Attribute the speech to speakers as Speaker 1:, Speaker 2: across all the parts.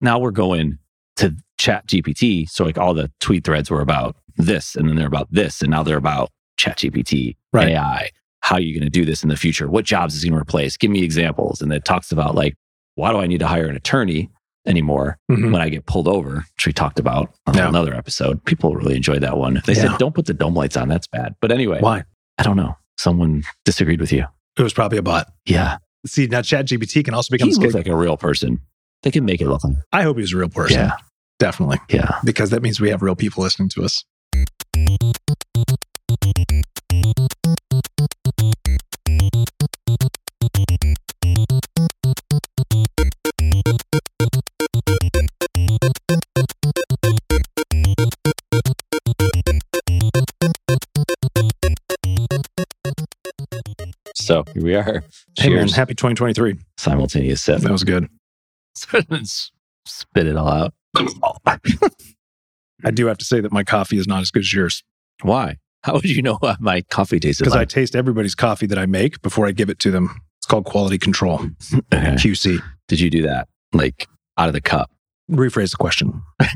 Speaker 1: Now we're going to chat GPT. So like all the tweet threads were about this and then they're about this. And now they're about chat GPT,
Speaker 2: Right.
Speaker 1: AI. How are you going to do this in the future? What jobs is it going to replace? Give me examples. And it talks about like, why do I need to hire an attorney anymore
Speaker 2: Mhm.
Speaker 1: when I get pulled over? Which we talked about on
Speaker 2: Yeah.
Speaker 1: another episode. People really enjoyed that one. They
Speaker 2: Yeah.
Speaker 1: said, don't put the dome lights on. That's bad. But anyway,
Speaker 2: Why?
Speaker 1: I don't know. Someone disagreed with you.
Speaker 2: It was probably a bot.
Speaker 1: Yeah.
Speaker 2: See, now ChatGPT can also become.
Speaker 1: he
Speaker 2: scared.
Speaker 1: looked like a real person. They can make it look like.
Speaker 2: I hope he was a real person.
Speaker 1: Yeah.
Speaker 2: Definitely.
Speaker 1: Yeah.
Speaker 2: Because that means we have real people listening to us.
Speaker 1: So here we are.
Speaker 2: Hey, man,
Speaker 1: Cheers.
Speaker 2: happy 2023.
Speaker 1: Simultaneous sip.
Speaker 2: That was good.
Speaker 1: S- Spit it all out.
Speaker 2: I do have to say that my coffee is not as good as yours
Speaker 1: Why? How would you know what my coffee tasted
Speaker 2: because I
Speaker 1: like?
Speaker 2: taste everybody's coffee that I make before I give it to them. It's called quality control,
Speaker 1: Okay.
Speaker 2: QC.
Speaker 1: Did you do that? Like out of the cup?
Speaker 2: Rephrase the question.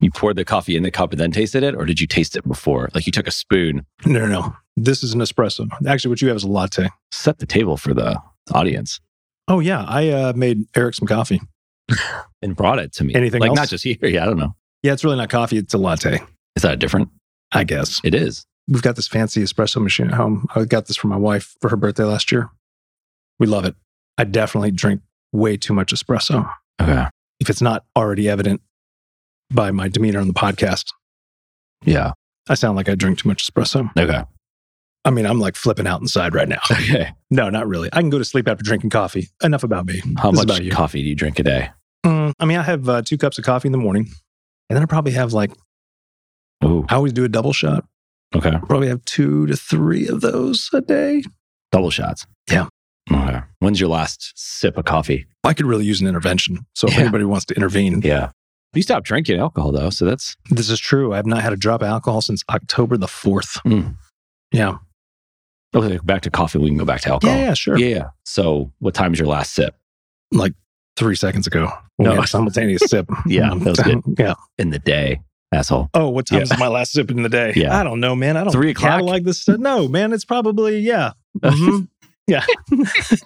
Speaker 1: You poured the coffee in the cup and then tasted it, or did you taste it before? Like you took a spoon,
Speaker 2: No, no, no. This is an espresso. Actually, what you have is a latte.
Speaker 1: set the table for the audience,
Speaker 2: Oh, yeah. I uh, made Eric some coffee.
Speaker 1: and brought it to me.
Speaker 2: Anything
Speaker 1: like
Speaker 2: else?
Speaker 1: not just here. Yeah, I don't know.
Speaker 2: Yeah, it's really not coffee. It's a latte,
Speaker 1: Is that different?
Speaker 2: I guess.
Speaker 1: It is.
Speaker 2: We've got this fancy espresso machine at home. I got this for my wife for her birthday last year. We love it. I definitely drink way too much espresso.
Speaker 1: Okay.
Speaker 2: if it's not already evident by my demeanor on the podcast.
Speaker 1: Yeah.
Speaker 2: I sound like I drink too much espresso.
Speaker 1: Okay.
Speaker 2: I mean, I'm like flipping out inside right now.
Speaker 1: Okay.
Speaker 2: No, not really. I can go to sleep after drinking coffee. Enough about me.
Speaker 1: How
Speaker 2: This is about
Speaker 1: much
Speaker 2: you.
Speaker 1: coffee do you drink a day?
Speaker 2: Mm, I mean, I have uh, two cups of coffee in the morning, and then I probably have like,
Speaker 1: Ooh.
Speaker 2: I always do a double shot.
Speaker 1: Okay.
Speaker 2: Probably have two to three of those a day.
Speaker 1: Double shots.
Speaker 2: Yeah.
Speaker 1: Okay. When's your last sip of coffee?
Speaker 2: I could really use an intervention. So if
Speaker 1: Yeah.
Speaker 2: anybody wants to intervene,
Speaker 1: Yeah. You stopped drinking alcohol though, so that's
Speaker 2: this is true. I have not had a drop of alcohol since October the 4th.
Speaker 1: Mm.
Speaker 2: Yeah.
Speaker 1: okay. Back to coffee. We can go back to alcohol.
Speaker 2: Yeah, yeah, sure.
Speaker 1: Oh. Yeah. So, what time is your last sip?
Speaker 2: three seconds ago. when we
Speaker 1: No.
Speaker 2: had a simultaneous sip.
Speaker 1: Yeah, that was good.
Speaker 2: yeah.
Speaker 1: In the day, asshole.
Speaker 2: Oh, what time
Speaker 1: Yeah.
Speaker 2: is my last sip in the day?
Speaker 1: Yeah.
Speaker 2: I don't know, man. I don't
Speaker 1: Three o'clock?
Speaker 2: like this stuff. No, man. It's probably yeah. Mhm. yeah.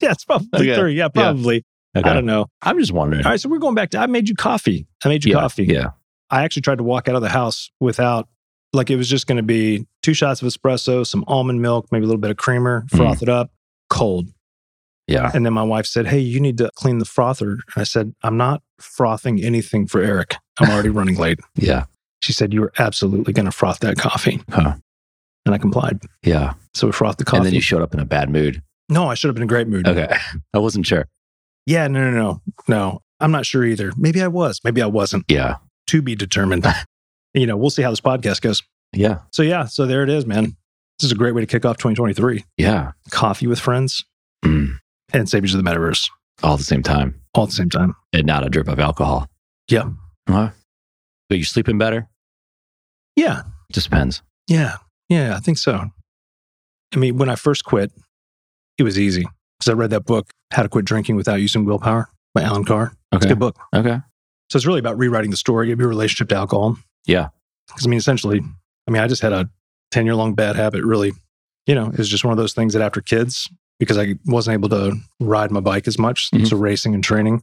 Speaker 2: yeah, it's probably
Speaker 1: Okay.
Speaker 2: three. Yeah, probably. I don't know.
Speaker 1: I'm just wondering.
Speaker 2: All right, so we're going back to I made you coffee. I made you
Speaker 1: yeah,
Speaker 2: coffee.
Speaker 1: Yeah.
Speaker 2: I actually tried to walk out of the house without like it was just going to be two shots of espresso, some almond milk, maybe a little bit of creamer, froth
Speaker 1: Mm.
Speaker 2: it up, cold.
Speaker 1: Yeah.
Speaker 2: And then my wife said, Hey, you need to clean the frother. And I said, I'm not frothing anything for Eric. I'm already running late.
Speaker 1: Yeah.
Speaker 2: She said, You are absolutely going to froth that coffee.
Speaker 1: Huh.
Speaker 2: And I complied.
Speaker 1: Yeah.
Speaker 2: So we frothed the coffee. Mm-hmm.
Speaker 1: And then you showed up in a bad mood.
Speaker 2: no, I should have been in a great mood.
Speaker 1: Okay. I wasn't sure.
Speaker 2: Yeah, no, no, no. No, I'm not sure either. Maybe I was. Maybe I wasn't.
Speaker 1: Yeah.
Speaker 2: To be determined. you know, we'll see how this podcast goes.
Speaker 1: Yeah.
Speaker 2: So, yeah, so there it is, man. This is a great way to kick off 2023.
Speaker 1: Yeah.
Speaker 2: Coffee with friends
Speaker 1: Mm.
Speaker 2: and Saviors of the Metaverse
Speaker 1: All at the same time
Speaker 2: all at the same time.
Speaker 1: and not a drip of alcohol.
Speaker 2: Yeah.
Speaker 1: Huh? But you're sleeping better?
Speaker 2: Yeah.
Speaker 1: Just depends.
Speaker 2: Yeah. Yeah, I think so. I mean, when I first quit, it was easy because I read that book, How to Quit Drinking Without Using Willpower by Alan Carr. It's a
Speaker 1: Okay.
Speaker 2: good book.
Speaker 1: Okay.
Speaker 2: So it's really about rewriting the story of your relationship to alcohol.
Speaker 1: Yeah.
Speaker 2: Because I mean, essentially, I mean, I just had a 10 year long bad habit, really. You know, it was just one of those things that after kids, because I wasn't able to ride my bike as much.
Speaker 1: Mhm.
Speaker 2: So racing and training,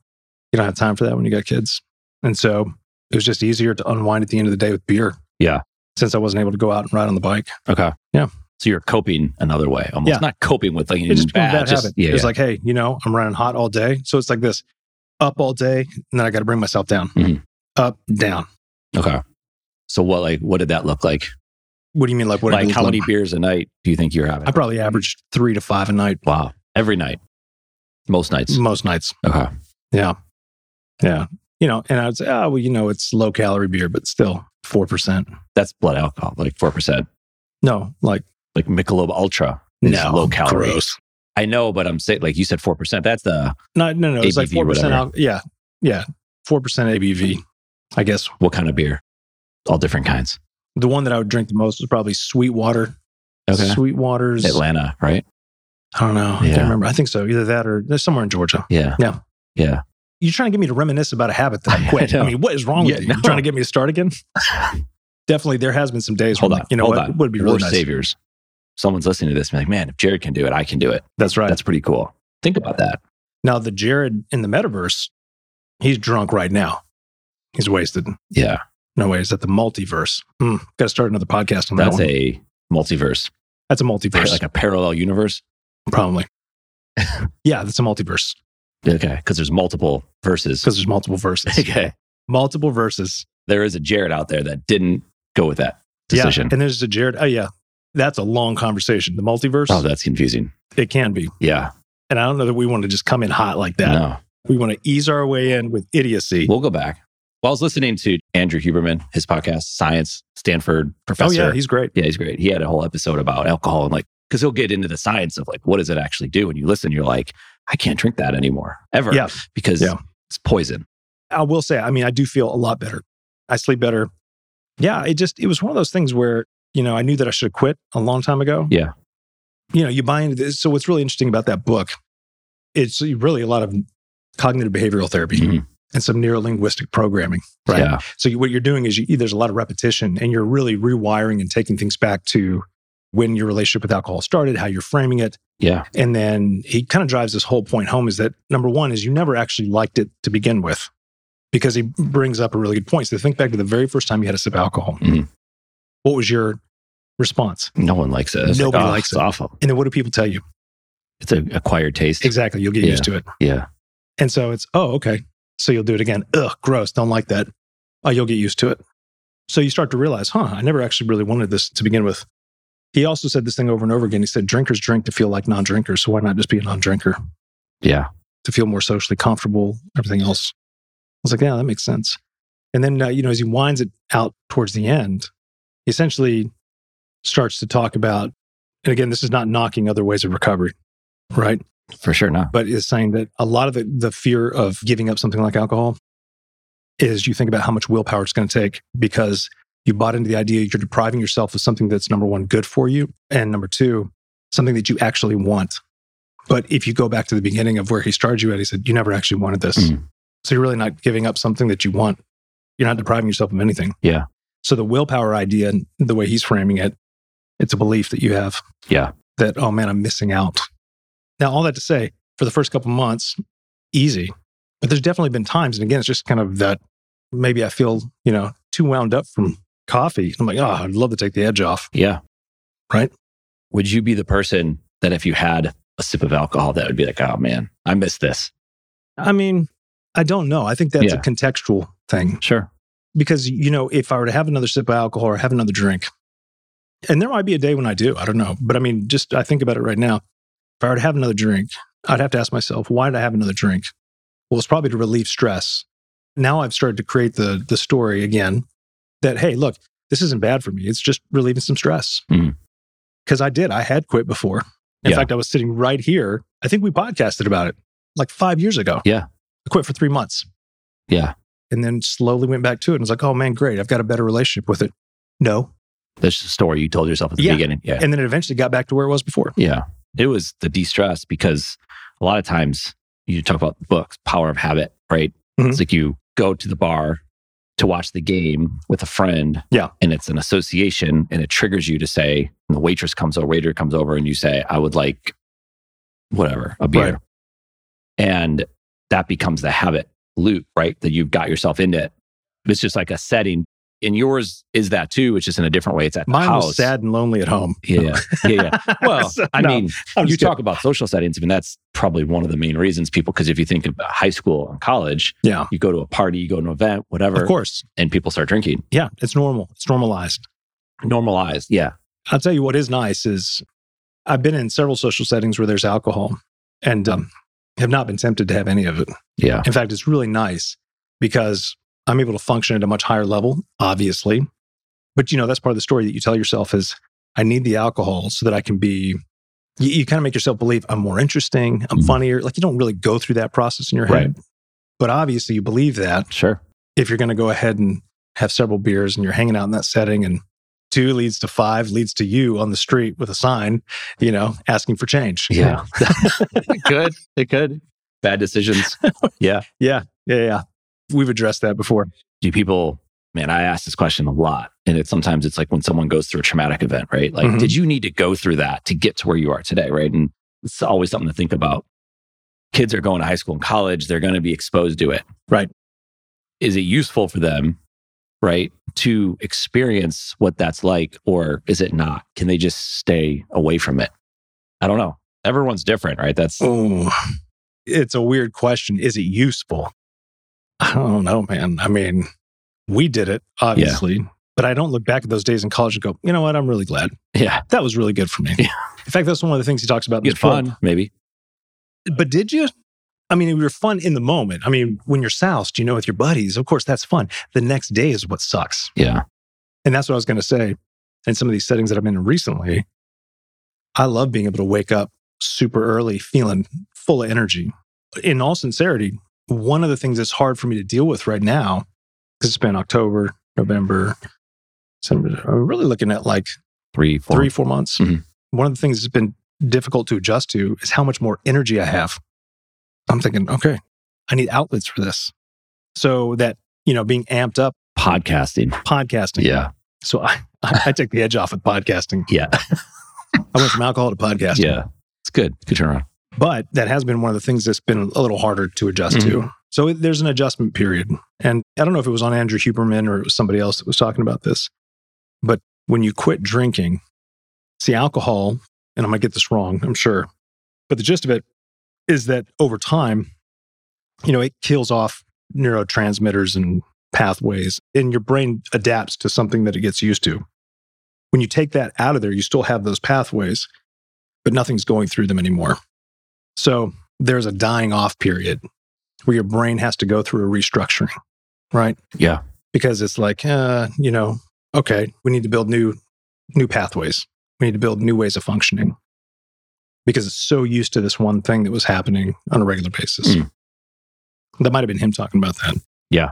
Speaker 2: you don't have time for that when you got kids. And so it was just easier to unwind at the end of the day with beer.
Speaker 1: Yeah.
Speaker 2: Since I wasn't able to go out and ride on the bike.
Speaker 1: Okay.
Speaker 2: Yeah.
Speaker 1: So you're coping another way almost.
Speaker 2: Yeah.
Speaker 1: Not coping with like
Speaker 2: It just became a
Speaker 1: bad,
Speaker 2: bad
Speaker 1: just-
Speaker 2: habit.
Speaker 1: Yeah.
Speaker 2: it's
Speaker 1: yeah.
Speaker 2: like, hey, you know, I'm running hot all day. So it's like this up all day, and then I got to bring myself down,
Speaker 1: Mhm.
Speaker 2: up, down.
Speaker 1: okay. So what like what did that look like?
Speaker 2: What do you mean? Like, what?
Speaker 1: like how many beers a night do you think you're having?
Speaker 2: I probably averaged three to five a night
Speaker 1: Wow. Every night. Most nights.
Speaker 2: most nights.
Speaker 1: Okay.
Speaker 2: Yeah. You know, and I would say, oh, well, you know, it's low calorie beer, but still 4%.
Speaker 1: That's blood alcohol, like 4%.
Speaker 2: No, like,
Speaker 1: Like Michelob Ultra is
Speaker 2: no.
Speaker 1: low calorie.
Speaker 2: Gross.
Speaker 1: I know, but I'm saying, like you said, 4%. That's the,
Speaker 2: No, no, no. It's like
Speaker 1: ABV,
Speaker 2: 4%.
Speaker 1: whatever.
Speaker 2: Al- yeah. Yeah. 4% ABV, I guess.
Speaker 1: what kind of beer? All different kinds.
Speaker 2: The one that I would drink the most is probably Sweetwater. Sweetwater's.
Speaker 1: Atlanta, right?
Speaker 2: I don't know. I
Speaker 1: Yeah.
Speaker 2: can't remember. I think so. Either that or there's somewhere in Georgia.
Speaker 1: Yeah.
Speaker 2: Yeah.
Speaker 1: Yeah.
Speaker 2: You're trying to get me to reminisce about a habit that I quit.
Speaker 1: I
Speaker 2: I,
Speaker 1: know.
Speaker 2: mean, what is wrong
Speaker 1: Yeah,
Speaker 2: with you?
Speaker 1: no.
Speaker 2: You're trying to get me to start again? Definitely, there has been some days.
Speaker 1: Hold
Speaker 2: where I'm
Speaker 1: on.
Speaker 2: like, you know
Speaker 1: hold
Speaker 2: what?
Speaker 1: on.
Speaker 2: Would be really
Speaker 1: We're
Speaker 2: nice.
Speaker 1: saviors. Someone's listening to this and be like, man, if Jared can do it, I can do it.
Speaker 2: That's right.
Speaker 1: That's pretty cool. Think about that.
Speaker 2: now the Jared in the metaverse, he's drunk right now. He's wasted.
Speaker 1: Yeah.
Speaker 2: No way. Is that the multiverse? Hmm. Got to start another podcast on
Speaker 1: That's
Speaker 2: that one.
Speaker 1: a multiverse,
Speaker 2: That's a multiverse,
Speaker 1: like a parallel universe.
Speaker 2: probably. yeah, that's a multiverse
Speaker 1: Okay. Because there's multiple verses.
Speaker 2: because there's multiple verses.
Speaker 1: Okay.
Speaker 2: multiple verses.
Speaker 1: There is a Jared out there that didn't go with that decision.
Speaker 2: Yeah, and there's a Jared. Oh yeah, that's a long conversation. The multiverse,
Speaker 1: Oh, that's confusing.
Speaker 2: it can be,
Speaker 1: Yeah.
Speaker 2: and I don't know that we want to just come in hot like that.
Speaker 1: No.
Speaker 2: We want to ease our way in with idiocy.
Speaker 1: We'll go back. Well, I was listening to Andrew Huberman, his podcast, Science, Stanford
Speaker 2: oh
Speaker 1: professor.
Speaker 2: yeah, he's great.
Speaker 1: Yeah, he's great. He had a whole episode about alcohol and like, because he'll get into the science of like, what does it actually do? And you listen, you're like, I can't drink that anymore ever
Speaker 2: Yeah.
Speaker 1: because
Speaker 2: Yeah.
Speaker 1: it's poison.
Speaker 2: I will say, I mean, I do feel a lot better. I sleep better. Yeah, it just it was one of those things where you know I knew that I should have quit a long time ago.
Speaker 1: Yeah.
Speaker 2: you know, you buy into this. So what's really interesting about that book? It's really a lot of cognitive behavioral therapy
Speaker 1: Mhm.
Speaker 2: and some neuro linguistic programming, right?
Speaker 1: Yeah.
Speaker 2: So you, what you're doing is you, there's a lot of repetition, and you're really rewiring and taking things back to when your relationship with alcohol started, how you're framing it,
Speaker 1: Yeah.
Speaker 2: and then he kind of drives this whole point home: is that number one is you never actually liked it to begin with, because he brings up a really good point. So think back to the very first time you had a sip of alcohol.
Speaker 1: Mhm.
Speaker 2: What was your response?
Speaker 1: No one likes it. It's
Speaker 2: Nobody
Speaker 1: "Oh,
Speaker 2: likes
Speaker 1: it's
Speaker 2: it."
Speaker 1: awful.
Speaker 2: And then what do people tell you?
Speaker 1: It's an acquired taste.
Speaker 2: Exactly, you'll get
Speaker 1: Yeah.
Speaker 2: used to it.
Speaker 1: Yeah.
Speaker 2: And so it's, oh, okay. So you'll do it again. Ugh, gross. Don't like that. Oh, you'll get used to it. So you start to realize, huh, I never actually really wanted this to begin with. He also said this thing over and over again. He said, drinkers drink to feel like non drinkers. So why not just be a non drinker
Speaker 1: Yeah.
Speaker 2: to feel more socially comfortable, everything else? I was like, yeah, that makes sense. And then, uh, you know, as he winds it out towards the end, he essentially starts to talk about, and again, this is not knocking other ways of recovery, right?
Speaker 1: For sure not.
Speaker 2: but is saying that a lot of the, the fear of giving up something like alcohol is you think about how much willpower it's going to take because you bought into the idea you're depriving yourself of something that's number one, good for you, and number two, something that you actually want. But if you go back to the beginning of where he started you at, he said, You never actually wanted this.
Speaker 1: Mm.
Speaker 2: So you're really not giving up something that you want. You're not depriving yourself of anything.
Speaker 1: Yeah.
Speaker 2: So the willpower idea, and the way he's framing it, it's a belief that you have.
Speaker 1: Yeah.
Speaker 2: That, oh man, I'm missing out. Now, all that to say, for the first couple months, easy. But there's definitely been times, and again, it's just kind of that maybe I feel, you know, too wound up from coffee. I'm like, oh, I'd love to take the edge off.
Speaker 1: Yeah.
Speaker 2: Right?
Speaker 1: Would you be the person that if you had a sip of alcohol, that would be like, oh man, I miss this?
Speaker 2: I mean, I don't know. I think that's a
Speaker 1: Yeah.
Speaker 2: contextual thing
Speaker 1: Sure.
Speaker 2: because, you know, if I were to have another sip of alcohol or have another drink, and there might be a day when I do, I don't know. But I mean, just I think about it right now. If I were to have another drink, I'd have to ask myself, why did I have another drink? Well, it's probably to relieve stress. Now I've started to create the the story again that, hey, look, this isn't bad for me. It's just relieving some stress.
Speaker 1: Mhm.
Speaker 2: Because I did. I had quit before. In
Speaker 1: Yeah.
Speaker 2: fact, I was sitting right here. I think we podcasted about it like five years ago.
Speaker 1: Yeah.
Speaker 2: I quit for three months
Speaker 1: Yeah.
Speaker 2: and then slowly went back to it and was like, oh man, great. I've got a better relationship with it. No.
Speaker 1: That's the story you told yourself at the
Speaker 2: Yeah.
Speaker 1: beginning. Yeah.
Speaker 2: And then it eventually got back to where it was before.
Speaker 1: Yeah. It was the de stress because a lot of times you talk about books, power of habit, right?
Speaker 2: Mhm.
Speaker 1: It's like you go to the bar to watch the game with a friend.
Speaker 2: Yeah.
Speaker 1: And it's an association and it triggers you to say, and the waitress comes over, waiter comes over, and you say, I would like whatever, a beer.
Speaker 2: Right.
Speaker 1: And that becomes the habit loop, right? That you've got yourself into it. It's just like a setting. And yours is that too. It's just in a different way. It's at the
Speaker 2: Mine
Speaker 1: house.
Speaker 2: was sad and lonely at home.
Speaker 1: Yeah. Yeah. Yeah. Well,
Speaker 2: So,
Speaker 1: I
Speaker 2: no,
Speaker 1: mean,
Speaker 2: I'm
Speaker 1: you
Speaker 2: just kidding.
Speaker 1: talk about social settings. I mean, that's probably one of the main reasons people, because if you think about high school and college,
Speaker 2: Yeah.
Speaker 1: you go to a party, you go to an event, whatever,
Speaker 2: Of course.
Speaker 1: and people start drinking.
Speaker 2: Yeah. It's normal. It's normalized.
Speaker 1: Normalized. Yeah.
Speaker 2: I'll tell you what is nice is I've been in several social settings where there's alcohol and um, have not been tempted to have any of it.
Speaker 1: Yeah.
Speaker 2: In fact, it's really nice because I'm able to function at a much higher level, obviously. But you know, that's part of the story that you tell yourself is I need the alcohol so that I can be you, you kind of make yourself believe I'm more interesting, I'm
Speaker 1: Mhm.
Speaker 2: funnier. Like you don't really go through that process in your head. But obviously you believe that
Speaker 1: Sure.
Speaker 2: if you're going to go ahead and have several beers and you're hanging out in that setting and two leads to five leads to you on the street with a sign, you know, asking for change.
Speaker 1: Yeah. it could. It could. Bad decisions.
Speaker 2: Yeah. Yeah, yeah. We've addressed that before.
Speaker 1: Do people, man, I ask this question a lot. And it's sometimes it's like when someone goes through a traumatic event, right? Like,
Speaker 2: Mhm.
Speaker 1: did you need to go through that to get to where you are today? Right. And it's always something to think about. Kids are going to high school and college, they're going to be exposed to it.
Speaker 2: Right.
Speaker 1: Is it useful for them, right, to experience what that's like, or is it not? Can they just stay away from it? I don't know. Everyone's different, right? That's
Speaker 2: Oh, it's a weird question. Is it useful? I don't know, man. I mean, we did it, obviously, but I don't look back at those days in college and go, you know what? I'm really glad.
Speaker 1: yeah.
Speaker 2: That was really good for me.
Speaker 1: Yeah.
Speaker 2: In fact, that's one of the things he talks about in
Speaker 1: It's
Speaker 2: his book.
Speaker 1: fun, maybe.
Speaker 2: But did you? I mean, we were fun in the moment. I mean, when you're soused, you know, with your buddies, of course, that's fun. The next day is what sucks.
Speaker 1: Yeah.
Speaker 2: And that's what I was going to say. In some of these settings that I've been in recently, I love being able to wake up super early feeling full of energy. In all sincerity, one of the things that's hard for me to deal with right now, because it's been October, November, December, I'm really looking at like
Speaker 1: Three, four.
Speaker 2: three, four months.
Speaker 1: Mhm.
Speaker 2: One of the things that's been difficult to adjust to is how much more energy I have. I'm thinking, okay, I need outlets for this. So that, you know, being amped up,
Speaker 1: podcasting.
Speaker 2: podcasting,
Speaker 1: Yeah.
Speaker 2: so I, I, I took the edge off with podcasting.
Speaker 1: Yeah.
Speaker 2: I went from alcohol to podcasting.
Speaker 1: Yeah. It's good. Good turnaround.
Speaker 2: But that has been one of the things that's been a little harder to adjust to. So it, there's an adjustment period. And I don't know if it was on Andrew Huberman or it was somebody else that was talking about this. But when you quit drinking, see, alcohol, and I might get this wrong, I'm sure. But the gist of it is that over time, you know, it kills off neurotransmitters and pathways, and your brain adapts to something that it gets used to. When you take that out of there, you still have those pathways, but nothing's going through them anymore. So there's a dying off period where your brain has to go through a restructuring, right?
Speaker 1: Yeah.
Speaker 2: Because it's like, uh, you know, okay, we need to build new new pathways. We need to build new ways of functioning because it's so used to this one thing that was happening on a regular basis.
Speaker 1: Mm.
Speaker 2: That might have been him talking about that.
Speaker 1: Yeah.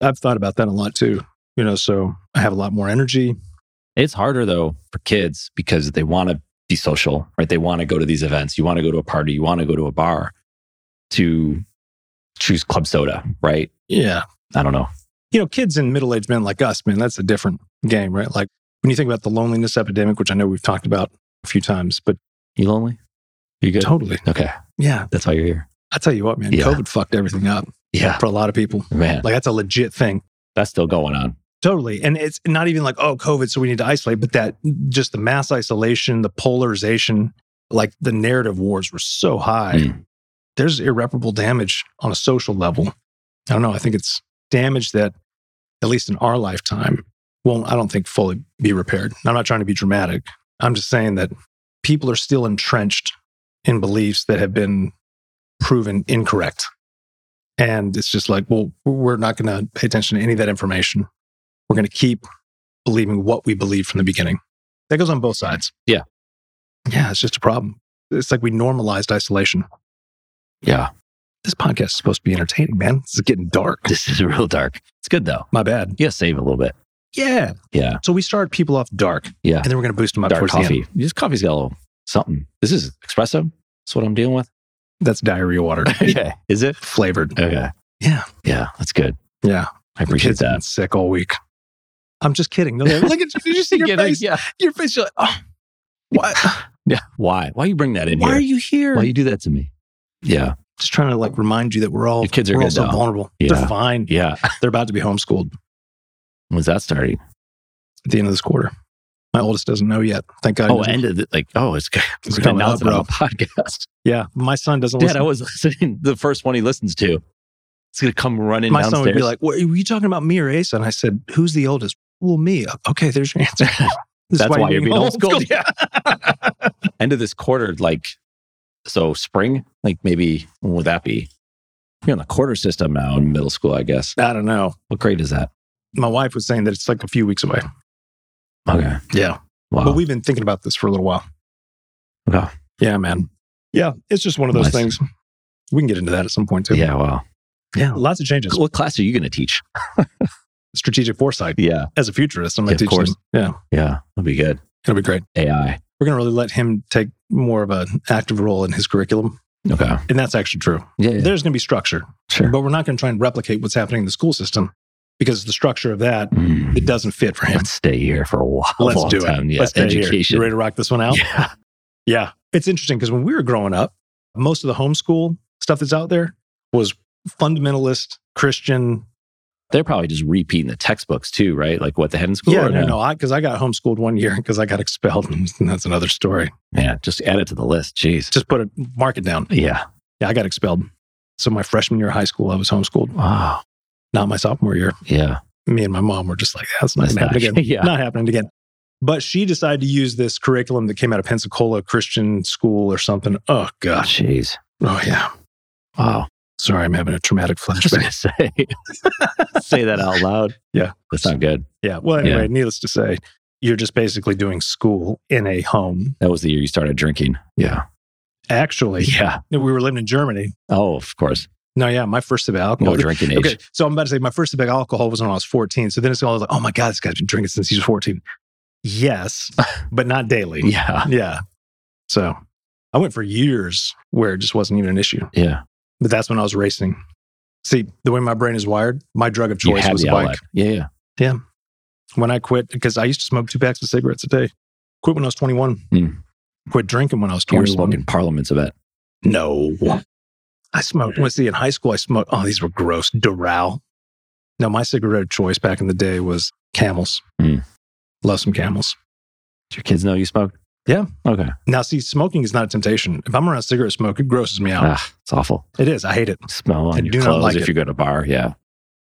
Speaker 2: I've thought about that a lot too. You know, so I have a lot more energy.
Speaker 1: It's harder though for kids because they want to be social, right? They want to go to these events. You want to go to a party. You want to go to a bar to choose club soda, right?
Speaker 2: Yeah.
Speaker 1: I don't know.
Speaker 2: you know, kids and middle aged men like us, man, that's a different game, right? Like when you think about the loneliness epidemic, which I know we've talked about a few times, but
Speaker 1: You lonely? You good?
Speaker 2: totally.
Speaker 1: Okay.
Speaker 2: Yeah.
Speaker 1: That's why you're here.
Speaker 2: I tell you what, man,
Speaker 1: Yeah.
Speaker 2: COVID fucked everything up
Speaker 1: Yeah.
Speaker 2: for a lot of people.
Speaker 1: Man,
Speaker 2: Like that's a legit thing.
Speaker 1: that's still going on.
Speaker 2: Totally. And it's not even like, oh, COVID, so we need to isolate, but that just the mass isolation, the polarization, like the narrative wars were so high.
Speaker 1: Mm.
Speaker 2: There's irreparable damage on a social level. I don't know. I think it's damage that, at least in our lifetime, won't, I don't think, fully be repaired. I'm not trying to be dramatic. I'm just saying that people are still entrenched in beliefs that have been proven incorrect. And it's just like, well, we're not going to pay attention to any of that information. We're going to keep believing what we believe from the beginning. That goes on both sides.
Speaker 1: Yeah.
Speaker 2: Yeah, it's just a problem. It's like we normalized isolation.
Speaker 1: Yeah.
Speaker 2: This podcast is supposed to be entertaining, man. This is getting dark.
Speaker 1: This is real dark. It's good though.
Speaker 2: My bad.
Speaker 1: You gotta save a little bit.
Speaker 2: Yeah.
Speaker 1: Yeah.
Speaker 2: So we started people off dark.
Speaker 1: Yeah.
Speaker 2: And then we're going to boost them up
Speaker 1: Dark
Speaker 2: towards the end.
Speaker 1: coffee. This coffee's got a little something. This is espresso. That's what I'm dealing with.
Speaker 2: That's diarrhea water
Speaker 1: yeah. Is it?
Speaker 2: flavored.
Speaker 1: Okay.
Speaker 2: Yeah.
Speaker 1: Yeah. That's good.
Speaker 2: Yeah.
Speaker 1: I appreciate
Speaker 2: Kids have been
Speaker 1: that.
Speaker 2: sick all week. I'm just kidding. No, Look at did you see your
Speaker 1: Yeah,
Speaker 2: face?
Speaker 1: Yeah.
Speaker 2: Your face. You're like, oh, what?
Speaker 1: Yeah. Why? Why you bring that in
Speaker 2: Why
Speaker 1: here?
Speaker 2: are you here?
Speaker 1: Why you do that to me? Yeah.
Speaker 2: just trying to like remind you that we're all
Speaker 1: Your kids are
Speaker 2: we're all
Speaker 1: good,
Speaker 2: so
Speaker 1: though.
Speaker 2: vulnerable.
Speaker 1: Yeah.
Speaker 2: They're fine.
Speaker 1: Yeah.
Speaker 2: They're about to be homeschooled
Speaker 1: When's that starting?
Speaker 2: at the end of this quarter. My oldest doesn't know yet. Thank God.
Speaker 1: oh, end of the, like, oh, it's, it's
Speaker 2: coming
Speaker 1: announced
Speaker 2: up,
Speaker 1: it on a podcast.
Speaker 2: yeah. My son doesn't
Speaker 1: Dad,
Speaker 2: listen.
Speaker 1: I was listening the first one he listens to. It's going to come running
Speaker 2: My
Speaker 1: downstairs.
Speaker 2: son would be like, what, "Were you talking about me or Asa?" And I said, "Who's the oldest?" Well, me. Okay, there's your answer. This is
Speaker 1: That's why you're being homeschooled.
Speaker 2: Yeah.
Speaker 1: end of this quarter, like, so spring, like maybe, when would that be? You're on the quarter system now in middle school, I guess.
Speaker 2: I don't know.
Speaker 1: What grade is that?
Speaker 2: My wife was saying that it's like a few weeks away.
Speaker 1: Okay.
Speaker 2: Yeah.
Speaker 1: Wow.
Speaker 2: But we've been thinking about this for a little while.
Speaker 1: Okay.
Speaker 2: Yeah, man. Yeah, it's just one of those
Speaker 1: Nice.
Speaker 2: things. We can get into that at some point too.
Speaker 1: yeah. Wow.
Speaker 2: Yeah. Lots of changes.
Speaker 1: What class are you going to teach?
Speaker 2: Strategic foresight.
Speaker 1: Yeah.
Speaker 2: As a futurist, I'm
Speaker 1: Yeah,
Speaker 2: going
Speaker 1: of
Speaker 2: to teach
Speaker 1: course.
Speaker 2: them. Yeah.
Speaker 1: Yeah. That'll be good.
Speaker 2: It'll be great.
Speaker 1: AI.
Speaker 2: We're going to really let him take more of an active role in his curriculum.
Speaker 1: Okay.
Speaker 2: And that's actually true.
Speaker 1: Yeah. yeah.
Speaker 2: There's going to be structure,
Speaker 1: Sure.
Speaker 2: but we're not going to try and replicate what's happening in the school system because the structure of that
Speaker 1: Mm.
Speaker 2: it doesn't fit for him.
Speaker 1: Let's stay here for a while.
Speaker 2: Let's
Speaker 1: long
Speaker 2: do
Speaker 1: time.
Speaker 2: it.
Speaker 1: Yeah.
Speaker 2: Let's stay here.
Speaker 1: Education.
Speaker 2: You ready to rock this one out?
Speaker 1: Yeah.
Speaker 2: Yeah. It's interesting because when we were growing up, most of the homeschool stuff that's out there was fundamentalist Christian.
Speaker 1: They're probably just repeating the textbooks too, right? Like what they had in school.
Speaker 2: yeah,
Speaker 1: or
Speaker 2: no, no. Because I, got homeschooled one year because I got expelled. And that's another story.
Speaker 1: Man, just add it to the list. Jeez.
Speaker 2: Just put a mark it down.
Speaker 1: yeah.
Speaker 2: Yeah, I got expelled. So my freshman year of high school, I was homeschooled.
Speaker 1: Wow.
Speaker 2: Not my sophomore year.
Speaker 1: Yeah.
Speaker 2: Me and my mom were just like, that's not
Speaker 1: That's
Speaker 2: going to happen
Speaker 1: not-
Speaker 2: again.
Speaker 1: yeah.
Speaker 2: Not happening again. But she decided to use this curriculum that came out of Pensacola Christian School or something. Oh, gosh.
Speaker 1: Jeez.
Speaker 2: Oh, yeah.
Speaker 1: Wow.
Speaker 2: Sorry, I'm having a traumatic
Speaker 1: I was
Speaker 2: flashback.
Speaker 1: gonna say say that out loud.
Speaker 2: Yeah.
Speaker 1: That's not good.
Speaker 2: Yeah. Well,
Speaker 1: Yeah.
Speaker 2: anyway, needless to say, you're just basically doing school in a home.
Speaker 1: That was the year you started drinking. Yeah.
Speaker 2: Actually,
Speaker 1: Yeah.
Speaker 2: we were living in Germany.
Speaker 1: Oh, of course.
Speaker 2: No, yeah, my first sip of
Speaker 1: No
Speaker 2: alcohol.
Speaker 1: drinking age.
Speaker 2: okay, so I'm about to say my first sip of alcohol was when I was 14. So then it's all like, oh my god, this guy's been drinking since he was 14. Yes, but not daily.
Speaker 1: Yeah.
Speaker 2: Yeah. So I went for years where it just wasn't even an issue.
Speaker 1: Yeah.
Speaker 2: But that's when I was racing. See, the way my brain is wired, my drug of
Speaker 1: You
Speaker 2: choice
Speaker 1: had
Speaker 2: was
Speaker 1: the
Speaker 2: a bike.
Speaker 1: outlet. Yeah. Yeah.
Speaker 2: when I quit because I used to smoke two packs of cigarettes a day. Quit when I was 21.
Speaker 1: Hmm.
Speaker 2: Quit drinking when I was
Speaker 1: You were
Speaker 2: 21.
Speaker 1: smoking parliaments of it.
Speaker 2: No. I smoked. Let's see, in high school, I smoked. Oh, these were gross. Doral. No, my cigarette of choice back in the day was camels.
Speaker 1: Hmm.
Speaker 2: Love some camels.
Speaker 1: Did your kids know you smoked?
Speaker 2: Yeah.
Speaker 1: Okay.
Speaker 2: Now, see, smoking is not a temptation. If I'm around cigarette smoke, it grosses me out.
Speaker 1: Ah, it's awful.
Speaker 2: It is. I hate it.
Speaker 1: Smell
Speaker 2: I
Speaker 1: on
Speaker 2: do
Speaker 1: your
Speaker 2: not
Speaker 1: clothes
Speaker 2: like
Speaker 1: if
Speaker 2: it.
Speaker 1: you go to a bar. Yeah.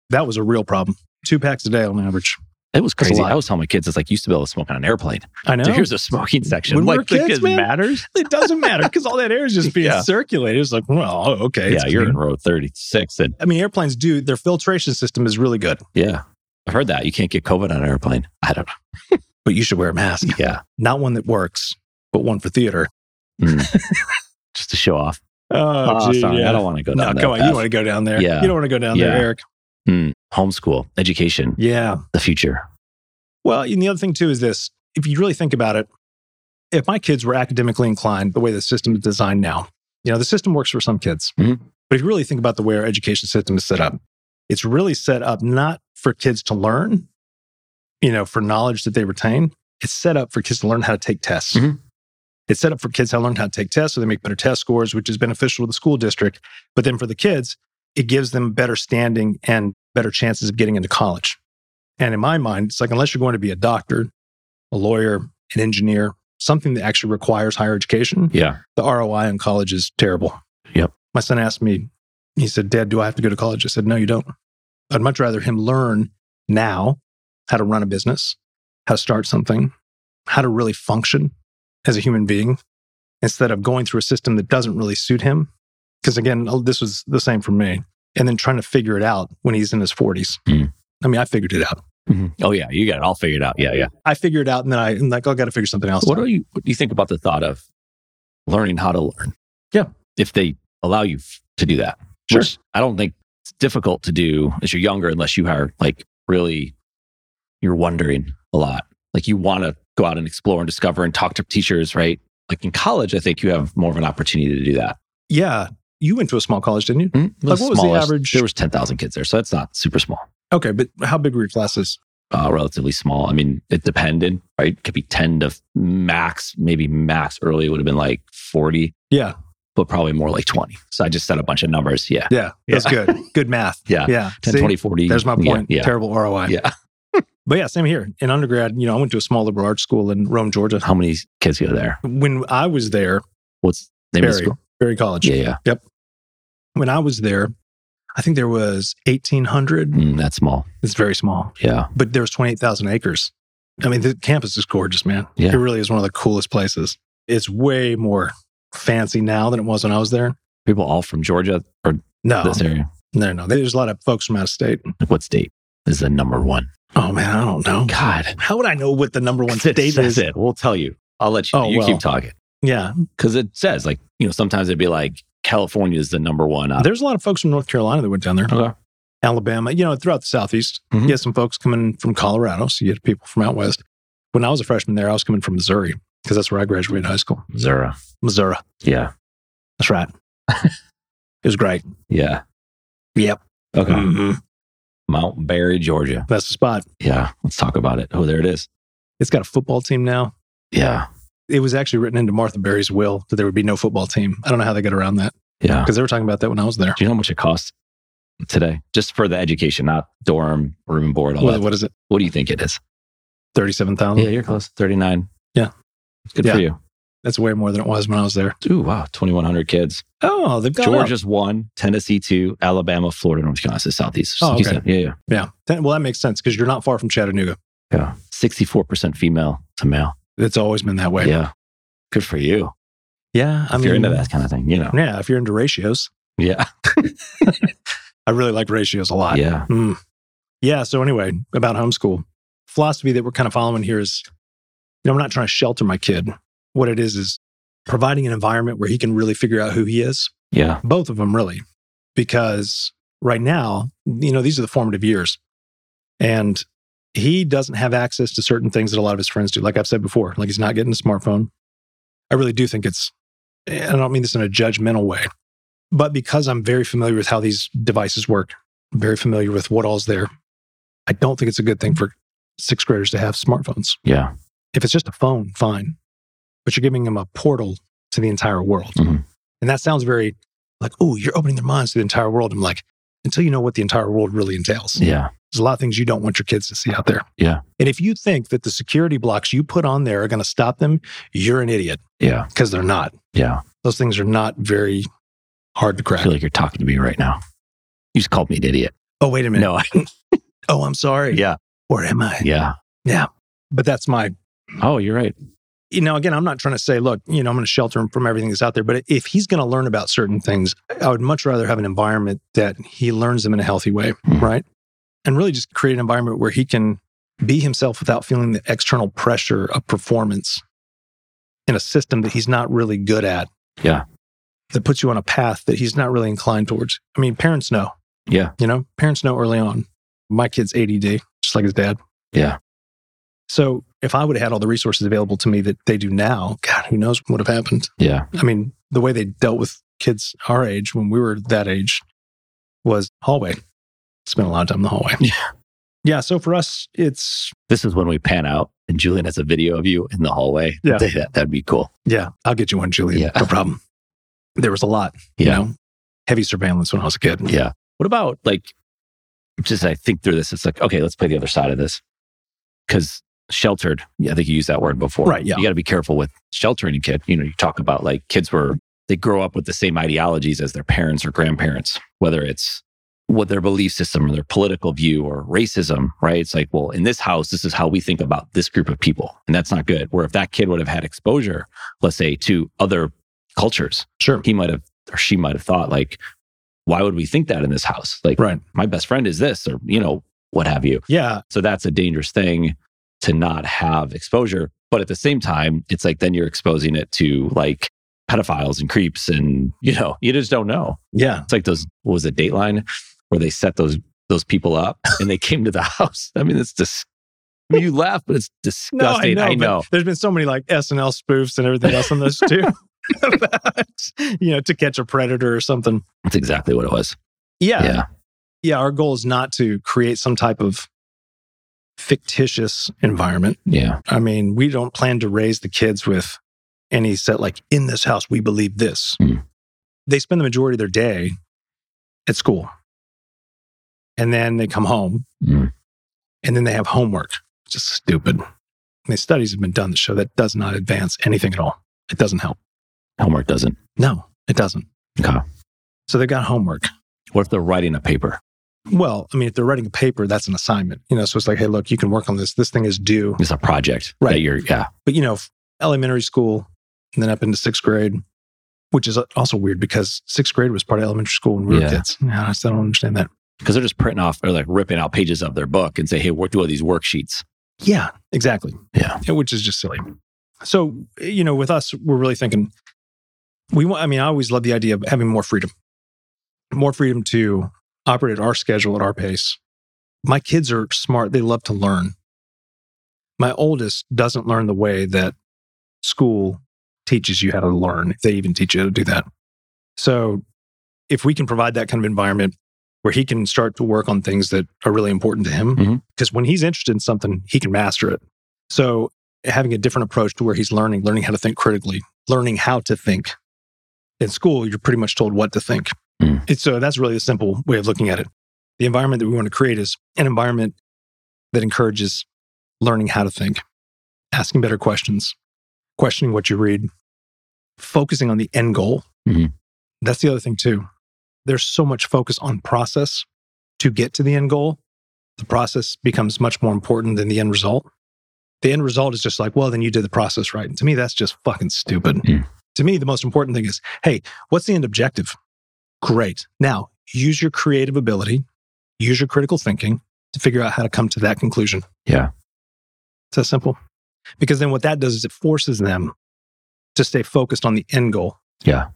Speaker 2: That was a real problem. Two packs a day on average.
Speaker 1: It was
Speaker 2: That's a
Speaker 1: crazy.
Speaker 2: lot.
Speaker 1: I was telling my kids, it's like you used to be able to smoke on an airplane.
Speaker 2: I know.
Speaker 1: So here's a smoking section.
Speaker 2: When we
Speaker 1: like
Speaker 2: were kids,
Speaker 1: because it
Speaker 2: man.
Speaker 1: matters.
Speaker 2: it doesn't matter because all that air is just being
Speaker 1: Yeah.
Speaker 2: circulated. It's like, well, oh, okay.
Speaker 1: yeah,
Speaker 2: it's
Speaker 1: you're
Speaker 2: clean.
Speaker 1: in row 36. And
Speaker 2: I mean, airplanes do, their filtration system is really good,
Speaker 1: yeah, I've heard that. You can't get COVID on an airplane. I don't
Speaker 2: but you should wear a mask.
Speaker 1: know. Yeah.
Speaker 2: Not one that works, but one for theater.
Speaker 1: Just to show off.
Speaker 2: Oh,
Speaker 1: Oh,
Speaker 2: gee,
Speaker 1: sorry.
Speaker 2: yeah.
Speaker 1: I don't want to go
Speaker 2: No,
Speaker 1: down
Speaker 2: come
Speaker 1: that
Speaker 2: on. You
Speaker 1: path.
Speaker 2: want to go down there.
Speaker 1: Yeah.
Speaker 2: You don't want to go down
Speaker 1: Yeah.
Speaker 2: there, Eric.
Speaker 1: Mm, homeschool, education,
Speaker 2: Yeah.
Speaker 1: the future.
Speaker 2: Well, and the other thing too is this if you really think about it, if my kids were academically inclined the way the system is designed now, you know, the system works for some kids.
Speaker 1: Mhm.
Speaker 2: But if you really think about the way our education system is set up, it's really set up not for kids to learn, you know, for knowledge that they retain. It's set up for kids to learn how to take tests.
Speaker 1: Mhm.
Speaker 2: It's set up for kids how to learn how to take tests so they make better test scores, which is beneficial to the school district. But then for the kids, it gives them better standing and better chances of getting into college. And in my mind, it's like, unless you're going to be a doctor, a lawyer, an engineer, something that actually requires higher education,
Speaker 1: Yeah.
Speaker 2: the ROI on college is terrible.
Speaker 1: Yep.
Speaker 2: My son asked me, he said, Dad, do I have to go to college? I said, No, you don't. I'd much rather him learn now how to run a business, how to start something, how to really function as a human being instead of going through a system that doesn't really suit him. Because again, oh, this was the same for me. And then trying to figure it out when he's in his 40s.
Speaker 1: Mm.
Speaker 2: I mean, I figured it out.
Speaker 1: Mhm.
Speaker 2: Mm-hmm.
Speaker 1: Oh, yeah. You got it all figured out. Yeah. Yeah.
Speaker 2: I figure it out, and then I, am like, oh, I got to figure something else.
Speaker 1: What
Speaker 2: out.
Speaker 1: do you what do you think about the thought of learning how to learn?
Speaker 2: Yeah.
Speaker 1: If they allow you f- to do that.
Speaker 2: Sure.
Speaker 1: Which I don't think it's difficult to do as you're younger unless you are like really you're wondering a lot. Like you want to go out and explore and discover and talk to teachers, right? Like in college, I think you have more of an opportunity to do that.
Speaker 2: yeah, you went to a small college, didn't you?
Speaker 1: Hmm? The
Speaker 2: Mm-hmm. Like, what was the
Speaker 1: smallest-
Speaker 2: average-
Speaker 1: There was 10,000 kids there. So that's not super small.
Speaker 2: Okay, but how big were your classes?
Speaker 1: uh, relatively small. I mean, it depended, right? Could be 10 to max, maybe max early would have been like 40.
Speaker 2: Yeah.
Speaker 1: But probably more like 20. So I just said a bunch of numbers. Yeah.
Speaker 2: Yeah, that's good. Good math.
Speaker 1: Yeah.
Speaker 2: yeah.
Speaker 1: 10,
Speaker 2: See?
Speaker 1: 20, 40.
Speaker 2: There's my
Speaker 1: Yeah,
Speaker 2: point.
Speaker 1: Yeah.
Speaker 2: Terrible ROI.
Speaker 1: Yeah.
Speaker 2: But yeah, same here. In undergrad, you know, I went to a small liberal arts school in Rome, Georgia.
Speaker 1: How many kids go there?
Speaker 2: When I was there,
Speaker 1: What's the name of the
Speaker 2: Barry,
Speaker 1: school?
Speaker 2: Barry College.
Speaker 1: Yeah. Yeah.
Speaker 2: When I was there, I think there was 1,800.
Speaker 1: Mm, that's small.
Speaker 2: It's very small.
Speaker 1: Yeah.
Speaker 2: but there's 28,000 acres. I mean, the campus is gorgeous, man.
Speaker 1: Yeah.
Speaker 2: It really is one of the coolest places. It's way more fancy now than it was when I was there.
Speaker 1: People all from Georgia or
Speaker 2: No,
Speaker 1: this area.
Speaker 2: no, no. There's a lot of folks from out of state.
Speaker 1: Like, What state is the number one?
Speaker 2: Oh, man, I don't know.
Speaker 1: God.
Speaker 2: How would I know what the number one
Speaker 1: It
Speaker 2: state
Speaker 1: says
Speaker 2: is?
Speaker 1: it. We'll tell you. I'll let you.
Speaker 2: Oh,
Speaker 1: know. you
Speaker 2: well.
Speaker 1: keep talking.
Speaker 2: Yeah.
Speaker 1: Because it says, like, you know, sometimes it'd be like California is the number one. out of-
Speaker 2: There's a lot of folks from North Carolina that went down there,
Speaker 1: Okay.
Speaker 2: Alabama, you know, throughout the Southeast.
Speaker 1: Mhm.
Speaker 2: You had some folks coming from Colorado. So you had people from out west. When I was a freshman there, I was coming from Missouri because that's where I graduated high school.
Speaker 1: Missouri.
Speaker 2: Missouri.
Speaker 1: Yeah.
Speaker 2: That's right. It was great.
Speaker 1: Yeah.
Speaker 2: Yep.
Speaker 1: Okay.
Speaker 2: Mhm.
Speaker 1: Mount Berry, Georgia.
Speaker 2: That's the spot.
Speaker 1: Yeah. Let's talk about it. Oh, there it is.
Speaker 2: It's got a football team now.
Speaker 1: Yeah.
Speaker 2: It was actually written into Martha Berry's will that there would be no football team. I don't know how they got around that
Speaker 1: Yeah.
Speaker 2: because they were talking about that when I was there.
Speaker 1: Do you know how much it costs today? Just for the education, not dorm, room and board, all
Speaker 2: What,
Speaker 1: that.
Speaker 2: what is it?
Speaker 1: What do you think it is?
Speaker 2: Thirty-seven thousand.
Speaker 1: Yeah, you're close. 39.
Speaker 2: Yeah.
Speaker 1: It's good
Speaker 2: Yeah.
Speaker 1: for you.
Speaker 2: That's way more than it was when I was there.
Speaker 1: Ooh, wow. 2,100 kids.
Speaker 2: Oh, they've got Georgia.
Speaker 1: Georgia's one, Tennessee two, Alabama, Florida, North Carolina. So Southeast.
Speaker 2: Oh,
Speaker 1: Houston. Yeah. Yeah.
Speaker 2: Yeah. That- Well, that makes sense because you're not far from Chattanooga.
Speaker 1: Yeah. 64% female to male.
Speaker 2: It's always been that way.
Speaker 1: Yeah. Good for you.
Speaker 2: Yeah, I
Speaker 1: if
Speaker 2: mean,
Speaker 1: you're into that kind of thing, you know.
Speaker 2: Yeah, if you're into ratios,
Speaker 1: Yeah.
Speaker 2: I really like ratios a lot.
Speaker 1: Yeah.
Speaker 2: Mm. Yeah. So anyway, about homeschool philosophy that we're kind of following here is, you know, I'm not trying to shelter my kid. What it is is providing an environment where he can really figure out who he is.
Speaker 1: Yeah.
Speaker 2: Both of them really, because right now, you know, these are the formative years, and he doesn't have access to certain things that a lot of his friends do. Like I've said before, like he's not getting a smartphone. I really do think it's. and I don't mean this in a judgmental way, but because I'm very familiar with how these devices work very familiar with what all's there. I don't think it's a good thing for sixth graders to have smartphones.
Speaker 1: Yeah.
Speaker 2: If it's just a phone, fine, but you're giving them a portal to the entire world.
Speaker 1: Mhm.
Speaker 2: And that sounds very like, oh, you're opening their minds to the entire world. I'm like, until you know what the entire world really entails,
Speaker 1: Yeah.
Speaker 2: there's a lot of things you don't want your kids to see out there.
Speaker 1: Yeah.
Speaker 2: And if you think that the security blocks you put on there are going to stop them, you're an idiot
Speaker 1: Yeah.
Speaker 2: because they're not.
Speaker 1: Yeah.
Speaker 2: Those things are not very hard to
Speaker 1: I
Speaker 2: crack.
Speaker 1: feel like you're talking to me right now. You just called me an idiot.
Speaker 2: Oh, wait a minute.
Speaker 1: No. I-
Speaker 2: Oh, I'm sorry.
Speaker 1: yeah.
Speaker 2: Or am I?
Speaker 1: Yeah.
Speaker 2: But that's my
Speaker 1: Oh, you're right.
Speaker 2: you know, again, I'm not trying to say, look, you know, I'm going to shelter him from everything that's out there. But if he's going to learn about certain things, I would much rather have an environment that he learns them in a healthy way,
Speaker 1: Mhm.
Speaker 2: right? And really just create an environment where he can be himself without feeling the external pressure of performance in a system that he's not really good at.
Speaker 1: Yeah.
Speaker 2: That puts you on a path that he's not really inclined towards. I mean, parents know.
Speaker 1: Yeah.
Speaker 2: You know, parents know early on. My kid's ADD, just like his dad.
Speaker 1: Yeah.
Speaker 2: So if I would have had all the resources available to me that they do now, God, who knows what would have happened?
Speaker 1: Yeah.
Speaker 2: I mean, the way they dealt with kids our age when we were that age was hallway. Spent a lot of time in the hallway.
Speaker 1: Yeah.
Speaker 2: Yeah. So for us, it's,
Speaker 1: This is when we pan out and Julian has a video of you in the hallway.
Speaker 2: Yeah.
Speaker 1: That, that'd be cool.
Speaker 2: yeah, I'll get you one, Julian.
Speaker 1: Yeah.
Speaker 2: No problem. There was a lot, you
Speaker 1: Yeah.
Speaker 2: know, heavy surveillance when I was a kid.
Speaker 1: Yeah. What about like, just I think through this, it's like, okay, let's play the other side of this. Cause sheltered, yeah, I think you used that word before.
Speaker 2: Right, yeah.
Speaker 1: You got to be careful with sheltering a kid. You know, you talk about like kids were, they grow up with the same ideologies as their parents or grandparents, whether it's what their belief system or their political view or racism, right? It's like, well, in this house, this is how we think about this group of people. And that's not good. Where if that kid would have had exposure, let's say, to other cultures,
Speaker 2: Sure.
Speaker 1: he might have or she might have thought like why would we think that in this house like
Speaker 2: Right.
Speaker 1: my best friend is this or you know what have you
Speaker 2: Yeah.
Speaker 1: so that's a dangerous thing to not have exposure but at the same time it's like then you're exposing it to like pedophiles and creeps and you know you just don't know
Speaker 2: Yeah.
Speaker 1: it's like those what was it dateline where they set those those people up and they came to the house i mean it's dis- I mean, you laugh but it's disgusting
Speaker 2: but There's been so many like SNL spoofs and everything else on this too. About, you know, to catch a predator or something.
Speaker 1: that's exactly what it was
Speaker 2: Yeah.
Speaker 1: yeah
Speaker 2: yeah, our goal is not to create some type of fictitious environment.
Speaker 1: yeah
Speaker 2: I mean, we don't plan to raise the kids with any set like in this house we believe this.
Speaker 1: Hmm.
Speaker 2: They spend the majority of their day at school. And then they come home
Speaker 1: Hmm.
Speaker 2: and then they have homework. It's just stupid. I mean, studies have been done that show that does not advance anything at all. It doesn't help.
Speaker 1: homework doesn't
Speaker 2: No, it doesn't.
Speaker 1: Okay.
Speaker 2: So they've got homework.
Speaker 1: what if they're writing a paper
Speaker 2: Well, I mean, if they're writing a paper, that's an assignment, you know. So it's like, hey, look, you can work on this. This thing is due,
Speaker 1: it's a project
Speaker 2: Right.
Speaker 1: that you're yeah
Speaker 2: but you know, f- elementary school and then up into sixth grade, which is also weird because sixth grade was part of elementary school when we
Speaker 1: Yeah.
Speaker 2: were kids. No, I still don't understand that.
Speaker 1: because they're just printing off or like ripping out pages of their book and say hey what do all these worksheets
Speaker 2: Yeah, exactly.
Speaker 1: Yeah.
Speaker 2: And which is just silly. So you know, with us, we're really thinking we want. I mean, I always love the idea of having more freedom, more freedom to operate at our schedule at our pace. My kids are smart; they love to learn. My oldest doesn't learn the way that school teaches you how to learn, if they even teach you how to do that. So if we can provide that kind of environment where he can start to work on things that are really important to him,
Speaker 1: Mhm.
Speaker 2: because when he's interested in something, he can master it. So having a different approach to where he's learning, learning how to think critically, learning how to think. In school, you're pretty much told what to think.
Speaker 1: Mm.
Speaker 2: And so that's really a simple way of looking at it. The environment that we want to create is an environment that encourages learning how to think, asking better questions, questioning what you read, focusing on the end goal.
Speaker 1: Mhm.
Speaker 2: That's the other thing, too. There's so much focus on process to get to the end goal. The process becomes much more important than the end result. The end result is just like, well, then you did the process right. And to me, that's just fucking stupid.
Speaker 1: Mm.
Speaker 2: To me, the most important thing is hey, what's the end objective? Great. Now, use your creative ability, use your critical thinking to figure out how to come to that conclusion.
Speaker 1: Yeah.
Speaker 2: It's that simple. Because then what that does is it forces them to stay focused on the end goal.
Speaker 1: Yeah.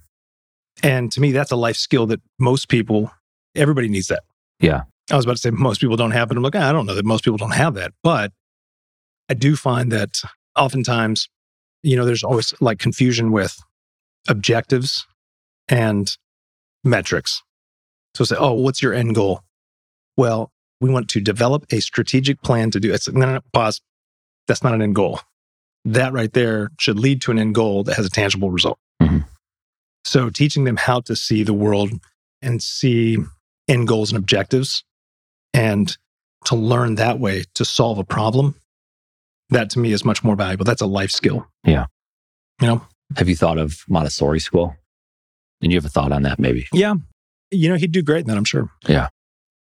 Speaker 2: And to me, that's a life skill that most people, everybody needs that.
Speaker 1: Yeah.
Speaker 2: I was about to say most people don't have it. I'm like, "Ah, I don't know that most people don't have that. But I do find that oftentimes, you know, there's always like confusion with objectives and metrics. So say, oh, what's your end goal? Well, we want to develop a strategic plan to do it's no, no, no, pause. That's not an end goal. That right there should lead to an end goal that has a tangible result.
Speaker 1: Mhm.
Speaker 2: So teaching them how to see the world and see end goals and objectives and to learn that way to solve a problem, that to me is much more valuable. That's a life skill.
Speaker 1: Have you thought of Montessori school? And you have a thought on that, maybe?
Speaker 2: You know, he'd do great in that, I'm sure.
Speaker 1: Yeah.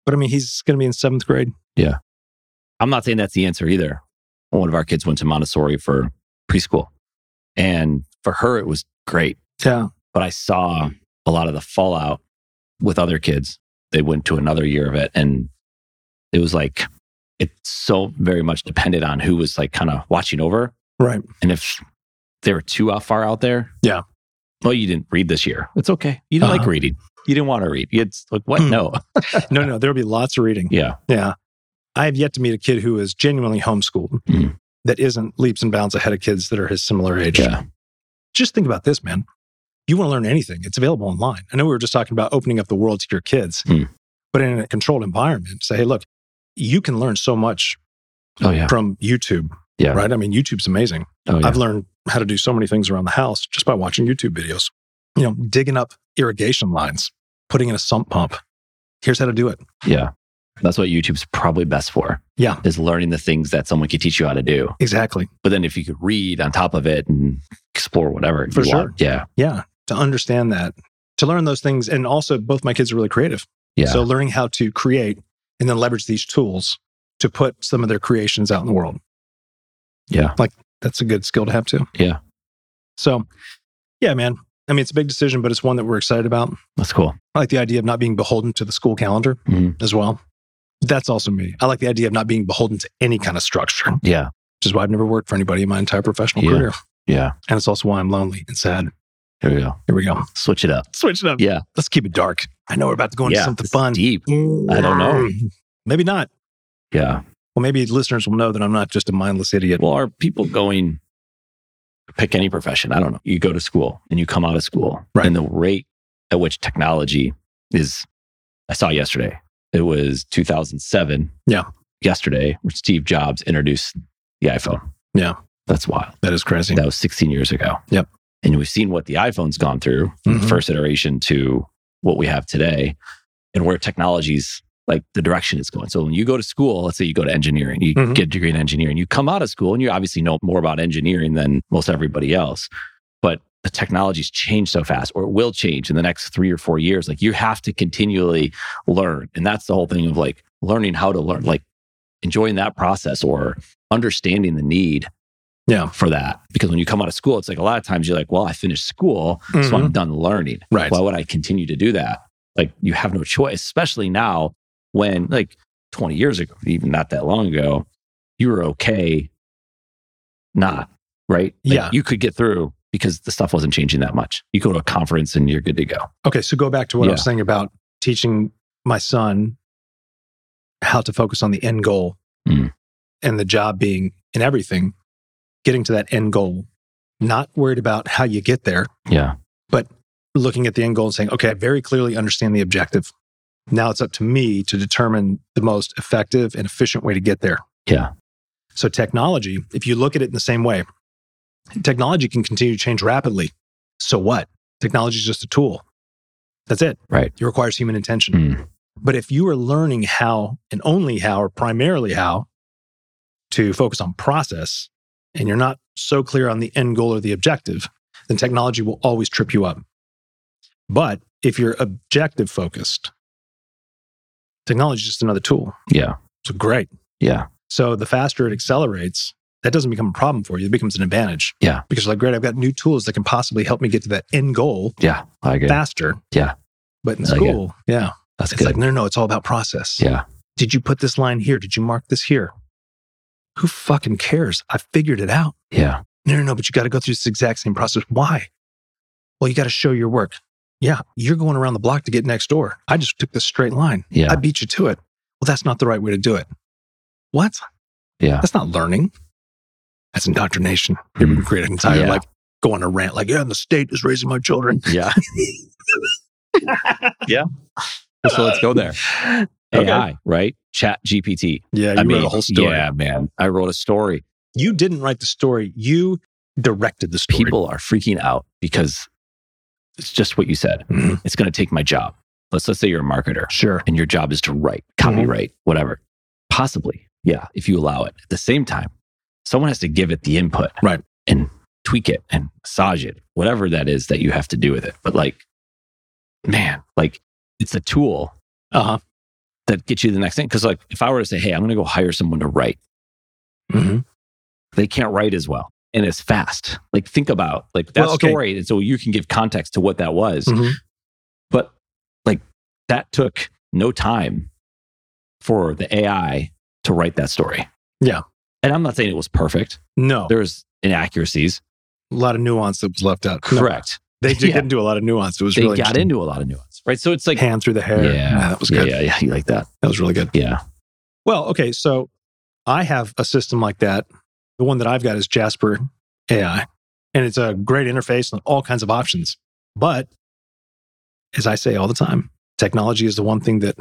Speaker 2: But I mean, he's going to be in seventh grade.
Speaker 1: I'm not saying that's the answer either. One of our kids went to Montessori for preschool, and for her, it was great.
Speaker 2: Yeah.
Speaker 1: But I saw a lot of the fallout with other kids. They went to another year of it, and it was like, it so very much depended on who was like kind of watching over.
Speaker 2: Right.
Speaker 1: And if they were too out far out there,
Speaker 2: Yeah.
Speaker 1: Well, you didn't read this year. It's okay. You didn't like
Speaker 2: Uh-huh.
Speaker 1: reading. You didn't want to read. It's like, what?
Speaker 2: Hmm.
Speaker 1: No.
Speaker 2: No, no, there'll be lots of reading.
Speaker 1: Yeah.
Speaker 2: Yeah. I have yet to meet a kid who is genuinely homeschooled
Speaker 1: Mhm.
Speaker 2: that isn't leaps and bounds ahead of kids that are his similar age.
Speaker 1: Yeah.
Speaker 2: Just think about this, man. You want to learn anything, it's available online. I know we were just talking about opening up the world to your kids,
Speaker 1: Mm.
Speaker 2: but in a controlled environment, say, hey, look, you can learn so much
Speaker 1: Oh, yeah.
Speaker 2: from YouTube.
Speaker 1: Yeah.
Speaker 2: Right. I mean, YouTube's amazing.
Speaker 1: Oh, yeah.
Speaker 2: I've learned how to do so many things around the house just by watching YouTube videos. You know, digging up irrigation lines, putting in a sump pump. Here's how to do it.
Speaker 1: Yeah. That's what YouTube's probably best for.
Speaker 2: Yeah.
Speaker 1: Is learning the things that someone could teach you how to do.
Speaker 2: Exactly.
Speaker 1: But then if you could read on top of it and explore whatever.
Speaker 2: For
Speaker 1: you
Speaker 2: sure.
Speaker 1: want. Yeah.
Speaker 2: Yeah. To understand that, to learn those things. And also, both my kids are really creative.
Speaker 1: Yeah.
Speaker 2: So, learning how to create and then leverage these tools to put some of their creations out in the world.
Speaker 1: Yeah.
Speaker 2: Like that's a good skill to have too.
Speaker 1: Yeah.
Speaker 2: So, yeah, man. I mean, it's a big decision, but it's one that we're excited about.
Speaker 1: That's cool.
Speaker 2: I like the idea of not being beholden to the school calendar
Speaker 1: Mhm.
Speaker 2: as well. That's also me. I like the idea of not being beholden to any kind of structure, which
Speaker 1: Yeah.
Speaker 2: is why I've never worked for anybody in my entire professional
Speaker 1: Yeah.
Speaker 2: career.
Speaker 1: Yeah.
Speaker 2: And it's also why I'm lonely and sad.
Speaker 1: There we go.
Speaker 2: Here we go.
Speaker 1: Switch it up.
Speaker 2: Switch it up.
Speaker 1: Yeah.
Speaker 2: Let's keep it dark. I know we're about to go into
Speaker 1: yeah.
Speaker 2: something
Speaker 1: It's
Speaker 2: fun.
Speaker 1: Deep.
Speaker 2: I
Speaker 1: don't know.
Speaker 2: Maybe not.
Speaker 1: Yeah.
Speaker 2: Well, maybe listeners will know that I'm not just a mindless idiot.
Speaker 1: Well, are people going pick any profession? I don't know. You go to school and you come out of school.
Speaker 2: Right.
Speaker 1: And the rate at which technology is I saw yesterday. It was 2007.
Speaker 2: Yeah.
Speaker 1: Yesterday, where Steve Jobs introduced the iPhone.
Speaker 2: Yeah.
Speaker 1: That's wild.
Speaker 2: That is crazy.
Speaker 1: That was 16 years ago.
Speaker 2: Yep.
Speaker 1: And we've seen what the iPhone's gone through from
Speaker 2: Mhm.
Speaker 1: the first iteration to what we have today and where technology's like the direction it's going. So when you go to school, let's say you go to engineering, you
Speaker 2: Mhm.
Speaker 1: get a degree in engineering, you come out of school and you obviously know more about engineering than most everybody else. But the technology's changed so fast, or it will change in the next three or four years. Like you have to continually learn. And that's the whole thing of like learning how to learn, like enjoying that process or understanding the need
Speaker 2: Yeah.
Speaker 1: for that. Because when you come out of school, it's like a lot of times you're like, well, I finished school, so I'm
Speaker 2: Mhm.
Speaker 1: done learning.
Speaker 2: Right.
Speaker 1: Why would I continue to do that? Like you have no choice, especially now when like 20 years ago, even not that long ago, you were okay not, right? Like,
Speaker 2: Yeah.
Speaker 1: You could get through because the stuff wasn't changing that much. You go to a conference and you're good to go.
Speaker 2: okay. So go back to what I was
Speaker 1: Yeah.
Speaker 2: saying about teaching my son how to focus on the end goal
Speaker 1: Mm.
Speaker 2: and the job being in everything, getting to that end goal, not worried about how you get there,
Speaker 1: Yeah.
Speaker 2: but looking at the end goal and saying, okay, I very clearly understand the objective. Now it's up to me to determine the most effective and efficient way to get there.
Speaker 1: Yeah.
Speaker 2: So, technology, if you look at it in the same way, technology can continue to change rapidly. So, what? Technology is just a tool. That's it.
Speaker 1: Right. Hmm.
Speaker 2: It requires human intention. But if you are learning how and only how, or primarily how, to focus on process, and you're not so clear on the end goal or the objective, then technology will always trip you up. But if you're objective focused, technology is just another tool.
Speaker 1: Yeah.
Speaker 2: So great.
Speaker 1: Yeah.
Speaker 2: So the faster it accelerates, that doesn't become a problem for you. It becomes an advantage.
Speaker 1: Yeah.
Speaker 2: Because you're like, great, I've got new tools that can possibly help me get to that end goal
Speaker 1: Yeah. I agree.
Speaker 2: faster.
Speaker 1: Yeah.
Speaker 2: But in
Speaker 1: I like it.
Speaker 2: school, yeah,
Speaker 1: That's
Speaker 2: it's
Speaker 1: good.
Speaker 2: like, no, no, no, it's all about process.
Speaker 1: yeah.
Speaker 2: Did you put this line here? Did you mark this here? Who fucking cares? I figured it out.
Speaker 1: Yeah.
Speaker 2: No, no, no, but you got to go through this exact same process. Why? Well, you got to show your work. Yeah, you're going around the block to get next door. I just took this straight line.
Speaker 1: Yeah.
Speaker 2: I beat you to it. Well, that's not the right way to do it. What?
Speaker 1: Yeah.
Speaker 2: That's not learning. That's indoctrination. You're
Speaker 1: Mm.
Speaker 2: creating entire
Speaker 1: Yeah.
Speaker 2: like going to rant like, yeah, the state is raising my children.
Speaker 1: Yeah. yeah. So let's go there. AI,
Speaker 2: Okay.
Speaker 1: right? Chat GPT.
Speaker 2: Yeah, you
Speaker 1: I mean,
Speaker 2: wrote a whole story.
Speaker 1: yeah, man. I wrote a story.
Speaker 2: You didn't write the story. You directed the story.
Speaker 1: People are freaking out because it's just what you said.
Speaker 2: Mhm.
Speaker 1: It's going to take my job. Let's let's say you're a marketer
Speaker 2: Sure.
Speaker 1: and your job is to write,
Speaker 2: Mhm.
Speaker 1: copyright, whatever. Possibly, yeah, if you allow it. At the same time, someone has to give it the input,
Speaker 2: Right.
Speaker 1: and tweak it and massage it, whatever that is that you have to do with it. But like, man, like it's a tool
Speaker 2: Uh huh.
Speaker 1: that gets you the next thing. Because like, if I were to say, hey, I'm going to go hire someone to write.
Speaker 2: Mm-hmm.
Speaker 1: they can't write as well and as fast. Like think about like that
Speaker 2: Well, okay.
Speaker 1: story, and so you can give context to what that was.
Speaker 2: Mhm.
Speaker 1: But like that took no time for the AI to write that story.
Speaker 2: Yeah.
Speaker 1: and I'm not saying it was perfect.
Speaker 2: No,
Speaker 1: There's inaccuracies.
Speaker 2: a lot of nuance that was left out. No,
Speaker 1: Correct.
Speaker 2: they did,
Speaker 1: Yeah.
Speaker 2: didn't do a lot of nuance. It was
Speaker 1: They
Speaker 2: really
Speaker 1: got
Speaker 2: interesting.
Speaker 1: into a lot of nuance, right? So it's like
Speaker 2: hand through the hair.
Speaker 1: yeah,
Speaker 2: that was good.
Speaker 1: Yeah, yeah, you like that?
Speaker 2: That was really good.
Speaker 1: Yeah,
Speaker 2: Well, okay, so I have a system like that. The one that I've got is Jasper AI, and it's a great interface and all kinds of options. But as I say all the time, technology is the one thing that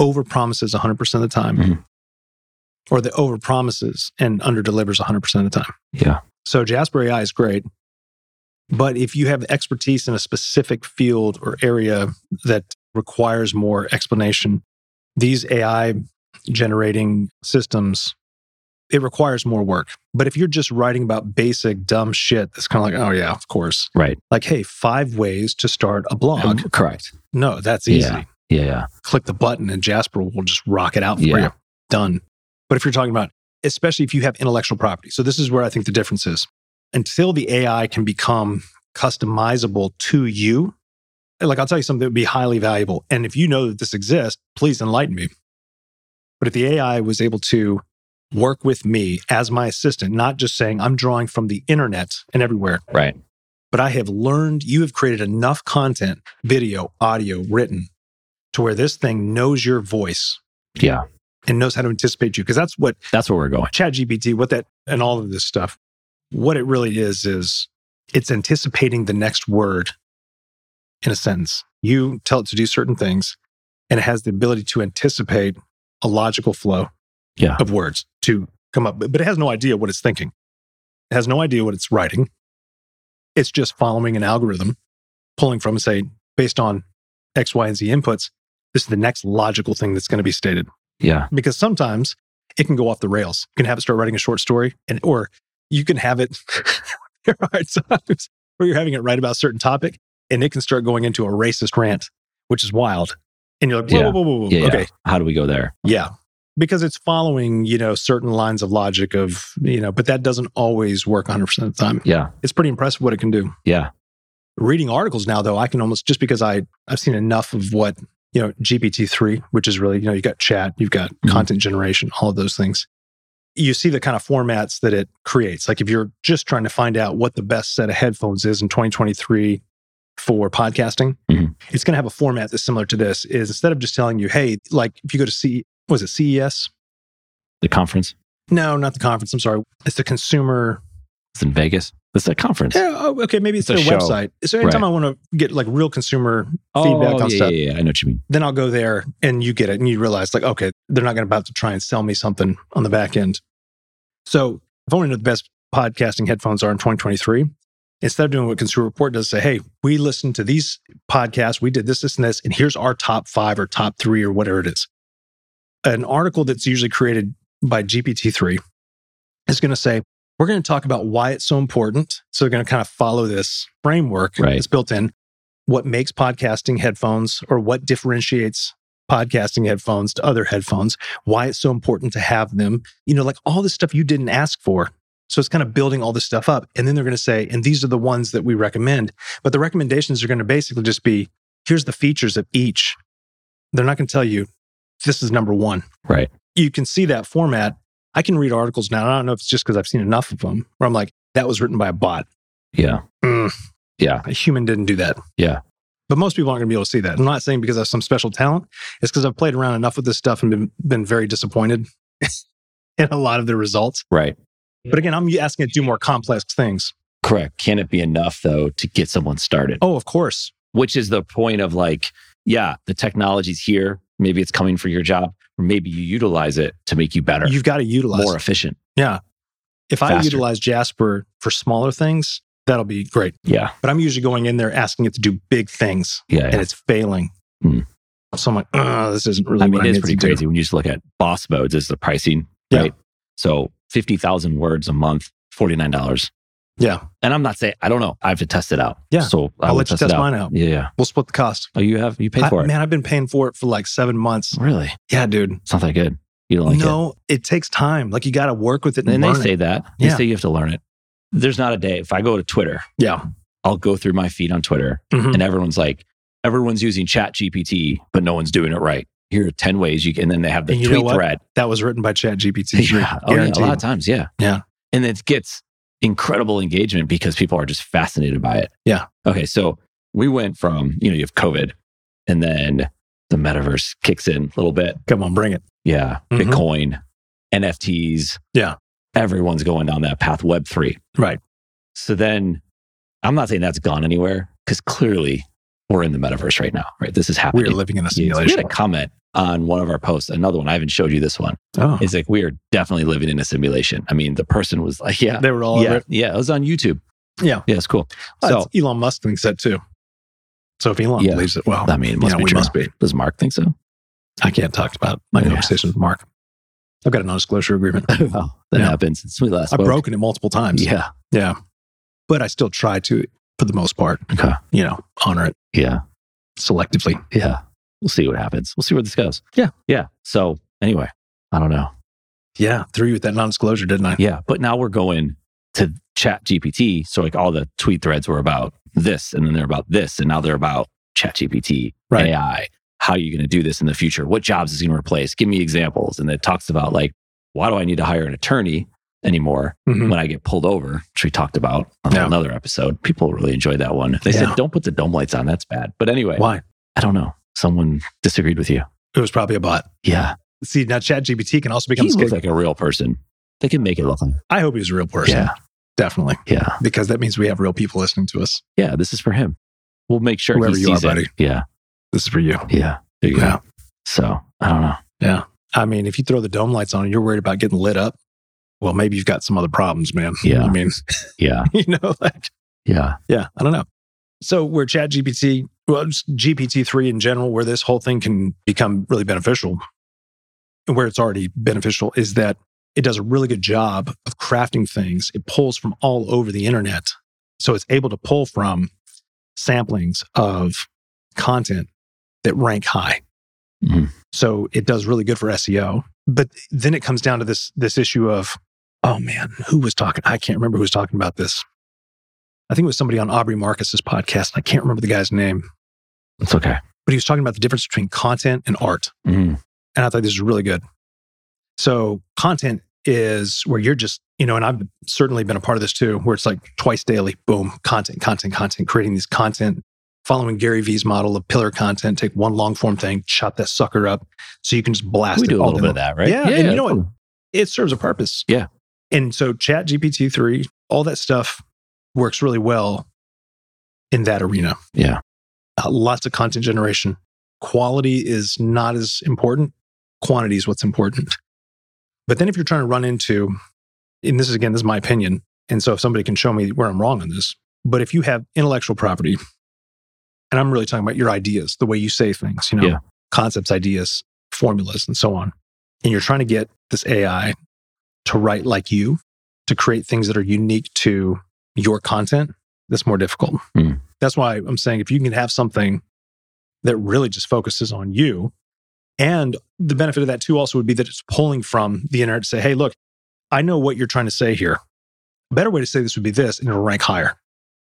Speaker 2: overpromises 100% of the time,
Speaker 1: Mhm. Mm-hmm.
Speaker 2: or that overpromises and underdelivers 100% of the time.
Speaker 1: yeah,
Speaker 2: So Jasper AI is great. But if you have expertise in a specific field or area that requires more explanation, these AI generating systems, it requires more work. But if you're just writing about basic dumb shit, it's kind of like, oh, yeah, of course.
Speaker 1: right.
Speaker 2: Like, hey, five ways to start a blog.
Speaker 1: Um, Correct.
Speaker 2: No, that's easy.
Speaker 1: Yeah. Yeah, yeah,
Speaker 2: Click the button and Jasper will just rock it out for
Speaker 1: Yeah.
Speaker 2: you. Done. But if you're talking about, especially if you have intellectual property, so this is where I think the difference is. Until the AI can become customizable to you, like I'll tell you something that would be highly valuable. And if you know that this exists, please enlighten me. But if the AI was able to work with me as my assistant, not just saying, I'm drawing from the internet and everywhere,
Speaker 1: right.
Speaker 2: but I have learned you have created enough content, video, audio, written, to where this thing knows your voice
Speaker 1: Yeah,
Speaker 2: and knows how to anticipate you. Because that's what
Speaker 1: that's where we're going.
Speaker 2: ChatGPT, what that, and all of this stuff, what it really is, is it's anticipating the next word in a sentence. You tell it to do certain things, and it has the ability to anticipate a logical flow
Speaker 1: Yeah.
Speaker 2: of words to come up, but but it has no idea what it's thinking. It has no idea what it's writing. It's just following an algorithm, pulling from, say, based on X, Y, and Z inputs, this is the next logical thing that's going to be stated
Speaker 1: Yeah,
Speaker 2: because sometimes it can go off the rails. You can have it start writing a short story, and or you can have it. there are times where you're having it write about a certain topic, and it can start going into a racist rant, which is wild. And you're like, whoa,
Speaker 1: Yeah.
Speaker 2: whoa, whoa, whoa, whoa.
Speaker 1: yeah, yeah.
Speaker 2: okay,
Speaker 1: How do we go there?
Speaker 2: yeah, because it's following you know certain lines of logic of you know, but that doesn't always work 100 percent of the time.
Speaker 1: Yeah,
Speaker 2: It's pretty impressive what it can do
Speaker 1: yeah,
Speaker 2: reading articles now though i can almost just because i i've seen enough of what you know gpt-3 which is really you know you've got chat you've got
Speaker 1: Mhm.
Speaker 2: content generation all of those things you see the kind of formats that it creates like if you're just trying to find out what the best set of headphones is in 2023 for podcasting
Speaker 1: Mhm.
Speaker 2: it's going to have a format that's similar to this is instead of just telling you hey like if you go to c E was it ces
Speaker 1: the conference.
Speaker 2: no not the conference i'm sorry it's the consumer
Speaker 1: It's in Vegas. This is a conference.
Speaker 2: Yeah, oh, okay, maybe it's,
Speaker 1: It's a
Speaker 2: their
Speaker 1: show.
Speaker 2: website. So anytime I want to get like real consumer feedback
Speaker 1: oh,
Speaker 2: on
Speaker 1: yeah,
Speaker 2: stuff,
Speaker 1: yeah, yeah. I know what you mean.
Speaker 2: then I'll go there and you get it and you realize like, okay, they're not going to about to try and sell me something on the back end. So if I want to know the best podcasting headphones are in 2023, instead of doing what Consumer Report does, say, hey, we listened to these podcasts, we did this, this, and this, and here's our top five or top three or whatever it is. An article that's usually created by GPT-3 is going to say, we're going to talk about why it's so important. So they're going to kind of follow this framework
Speaker 1: Right.
Speaker 2: that's built in what makes podcasting headphones or what differentiates podcasting headphones to other headphones, why it's so important to have them, you know, like all this stuff you didn't ask for. So it's kind of building all this stuff up. And then they're going to say, and these are the ones that we recommend. But the recommendations are going to basically just be here's the features of each. They're not going to tell you this is number one.
Speaker 1: Right.
Speaker 2: You can see that format. I can read articles now. and I don't know if it's just because I've seen enough of them where I'm like, that was written by a bot.
Speaker 1: Yeah.
Speaker 2: Mm.
Speaker 1: Yeah.
Speaker 2: A human didn't do that.
Speaker 1: Yeah.
Speaker 2: But most people aren't going to be able to see that. I'm not saying because I have some special talent. It's because I've played around enough with this stuff and been, been very disappointed in a lot of the results.
Speaker 1: Right.
Speaker 2: But again, I'm asking it to do more complex things.
Speaker 1: Correct. Can it be enough though to get someone started?
Speaker 2: Oh, of course.
Speaker 1: Which is the point of like, yeah, the technology's here. Maybe it's coming for your job, or maybe you utilize it to make you better,
Speaker 2: You've got to utilize.
Speaker 1: more
Speaker 2: it.
Speaker 1: efficient.
Speaker 2: if I
Speaker 1: faster.
Speaker 2: utilize Jasper for smaller things, that'll be great.
Speaker 1: Yeah.
Speaker 2: But I'm usually going in there asking it to do big things
Speaker 1: Yeah.
Speaker 2: and it's failing.
Speaker 1: Hmm.
Speaker 2: So I'm like, oh, this isn't really
Speaker 1: I
Speaker 2: what
Speaker 1: mean,
Speaker 2: I
Speaker 1: it is
Speaker 2: need
Speaker 1: pretty
Speaker 2: to do."
Speaker 1: crazy when you just look at boss modes is the pricing,
Speaker 2: Yeah.
Speaker 1: right? So 50,000 words a month, $49.
Speaker 2: Yeah.
Speaker 1: And I'm not saying, I don't know. I have to test it out.
Speaker 2: Yeah.
Speaker 1: So I
Speaker 2: I'll
Speaker 1: will
Speaker 2: let you
Speaker 1: it
Speaker 2: test
Speaker 1: out.
Speaker 2: mine out.
Speaker 1: Yeah. yeah.
Speaker 2: We'll split the cost.
Speaker 1: Oh, you have, you paid
Speaker 2: I-
Speaker 1: for it.
Speaker 2: man, I've been paying for it for like seven months.
Speaker 1: Really?
Speaker 2: Yeah, dude.
Speaker 1: It's not that good. You don't like it.
Speaker 2: no, it. takes time. Like you got to work with it. And
Speaker 1: And they
Speaker 2: learn
Speaker 1: say
Speaker 2: it.
Speaker 1: that. They
Speaker 2: Yeah.
Speaker 1: say you have to learn it. There's not a day. If I go to Twitter,
Speaker 2: yeah.
Speaker 1: I'll go through my feed on Twitter
Speaker 2: Mhm.
Speaker 1: and everyone's like, everyone's using chat GPT, but no one's doing it right. Here are 10 ways you can, and then they have the
Speaker 2: And you know
Speaker 1: tweet
Speaker 2: what?
Speaker 1: thread.
Speaker 2: That was written by Chat GPT.
Speaker 1: Yeah. Oh, yeah. A lot of times. Yeah.
Speaker 2: Yeah.
Speaker 1: And it gets incredible engagement because people are just fascinated by it.
Speaker 2: Yeah.
Speaker 1: Okay. So we went from, you know, you have COVID and then the metaverse kicks in a little bit.
Speaker 2: Come on, bring it.
Speaker 1: Yeah.
Speaker 2: Mhm.
Speaker 1: Bitcoin, NFTs.
Speaker 2: Yeah.
Speaker 1: Everyone's going down that path, Web3.
Speaker 2: Right.
Speaker 1: So then I'm not saying that's gone anywhere because clearly we're in the metaverse right now, right? This is
Speaker 2: We
Speaker 1: happening.
Speaker 2: are living in a
Speaker 1: Yeah, we had a
Speaker 2: simulation.
Speaker 1: comment on one of our posts, another one. I haven't showed you this one.
Speaker 2: Oh.
Speaker 1: It's like we are definitely living in a simulation. I mean, the person was like, "Yeah,
Speaker 2: They were all
Speaker 1: yeah,
Speaker 2: over it.
Speaker 1: yeah." It was on YouTube.
Speaker 2: Yeah.
Speaker 1: yeah, it's cool.
Speaker 2: Well,
Speaker 1: So,
Speaker 2: it's- Elon Musk thinks that too. So if Elon
Speaker 1: Yeah.
Speaker 2: believes it, well,
Speaker 1: I mean, it must
Speaker 2: yeah,
Speaker 1: be
Speaker 2: we
Speaker 1: true.
Speaker 2: must be.
Speaker 1: Does Mark think so?
Speaker 2: I can't talk about my
Speaker 1: Yeah.
Speaker 2: conversation with Mark. I've got a non-disclosure agreement.
Speaker 1: well, that
Speaker 2: Yeah.
Speaker 1: happens since we last
Speaker 2: I've
Speaker 1: spoke.
Speaker 2: broken it multiple times.
Speaker 1: Yeah,
Speaker 2: Yeah. But I still try to, for the most part,
Speaker 1: Okay.
Speaker 2: you know, honor it
Speaker 1: yeah,
Speaker 2: selectively.
Speaker 1: yeah. We'll see what happens. We'll see where this goes.
Speaker 2: Yeah.
Speaker 1: yeah. So anyway, I don't know.
Speaker 2: Yeah. Threw you with that non-disclosure, didn't I?
Speaker 1: Yeah, but now we're going to Chat GPT. So like all the tweet threads were about this, and then they're about this, and now they're about Chat GPT,
Speaker 2: Right.
Speaker 1: AI. How are you going to do this in the future? What jobs is it going to replace? Give me examples. And it talks about like, why do I need to hire an attorney anymore
Speaker 2: Mhm.
Speaker 1: when I get pulled over? Which we talked about on
Speaker 2: Yeah.
Speaker 1: another episode. People really enjoyed that one. They
Speaker 2: Yeah.
Speaker 1: said, don't put the dome lights on. That's bad. But anyway,
Speaker 2: Why?
Speaker 1: I don't know. Someone disagreed with you.
Speaker 2: It was probably a bot.
Speaker 1: Yeah.
Speaker 2: See, now ChatGPT can also become
Speaker 1: he
Speaker 2: a
Speaker 1: looks
Speaker 2: scapegoat.
Speaker 1: like a real person. They can make it look like.
Speaker 2: I hope he's a real person.
Speaker 1: Yeah.
Speaker 2: Definitely.
Speaker 1: Yeah.
Speaker 2: Because that means we have real people listening to us.
Speaker 1: Yeah, this is for him. We'll make sure
Speaker 2: Whoever
Speaker 1: he
Speaker 2: you are,
Speaker 1: sees it.
Speaker 2: buddy.
Speaker 1: Yeah,
Speaker 2: This is for you.
Speaker 1: yeah. There you
Speaker 2: Yeah.
Speaker 1: go. So I don't know.
Speaker 2: I mean, if you throw the dome lights on and you're worried about getting lit up, well, maybe you've got some other problems, man.
Speaker 1: Yeah.
Speaker 2: I mean,
Speaker 1: Yeah,
Speaker 2: you know, like,
Speaker 1: yeah,
Speaker 2: yeah, I don't know. So where Chat GPT, well, GPT three in general, where this whole thing can become really beneficial, and where it's already beneficial is that it does a really good job of crafting things. It pulls from all over the internet, so it's able to pull from samplings of content that rank high.
Speaker 1: Mhm.
Speaker 2: So it does really good for SEO. But then it comes down to this this issue of, oh man, who was talking? I can't remember who was talking about this. I think it was somebody on Aubrey Marcus's podcast. and I can't remember the guy's name,
Speaker 1: it's okay.
Speaker 2: but he was talking about the difference between content and art.
Speaker 1: Mhm.
Speaker 2: And I thought this was really good. So content is where you're just, you know, and I've certainly been a part of this too, where it's like twice daily, boom, content, content, content, creating these content, following Gary Vee's model of pillar content, take one long form thing, chop that sucker up. So you can just blast
Speaker 1: We
Speaker 2: it
Speaker 1: do a
Speaker 2: all
Speaker 1: little
Speaker 2: day
Speaker 1: bit
Speaker 2: long
Speaker 1: of that, right?
Speaker 2: Yeah, and you know what?
Speaker 1: cool.
Speaker 2: it serves a purpose.
Speaker 1: Yeah.
Speaker 2: And so chat GPT three, all that stuff works really well in that arena.
Speaker 1: Yeah.
Speaker 2: Uh, lots of content generation. Quality is not as important. Quantity is what's important. But then if you're trying to run into, and this is again, this is my opinion. And so if somebody can show me where I'm wrong on this, but if you have intellectual property, and I'm really talking about your ideas, the way you say things, you know,
Speaker 1: Yeah.
Speaker 2: concepts, ideas, formulas, and so on, and you're trying to get this AI to write like you, to create things that are unique to your content, that's more difficult.
Speaker 1: Hmm.
Speaker 2: That's why I'm saying if you can have something that really just focuses on you, and the benefit of that too also would be that it's pulling from the internet to say, hey, look, I know what you're trying to say here. A better way to say this would be this, and it'll rank higher.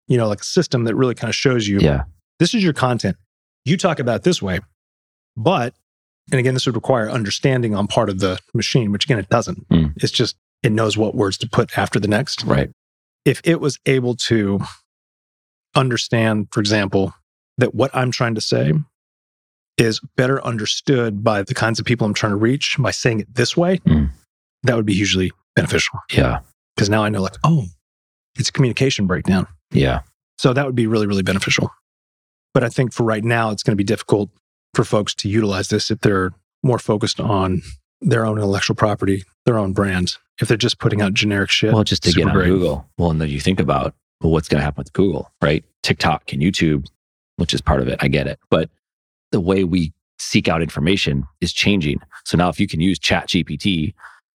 Speaker 2: You know, like a system that really kind of shows you
Speaker 1: Yeah.
Speaker 2: this is your content. You talk about it this way, but, and again, this would require understanding on part of the machine, which again, it doesn't.
Speaker 1: Mm.
Speaker 2: It's just, it knows what words to put after the next.
Speaker 1: Right.
Speaker 2: If it was able to understand, for example, that what I'm trying to say is better understood by the kinds of people I'm trying to reach by saying it this way,
Speaker 1: Mm.
Speaker 2: that would be hugely beneficial
Speaker 1: Yeah.
Speaker 2: because now I know, like, oh, it's a communication breakdown.
Speaker 1: Yeah.
Speaker 2: So that would be really, really beneficial. But I think for right now, it's going to be difficult for folks to utilize this if they're more focused on their own intellectual property, their own brand. If they're just putting out generic shit,
Speaker 1: Well, just to
Speaker 2: super
Speaker 1: get on
Speaker 2: great.
Speaker 1: Google. Well, and then you think about, well, what's going to happen with Google, right? TikTok and YouTube, which is part of it. I get it. But the way we seek out information is changing. So now if you can use Chat GPT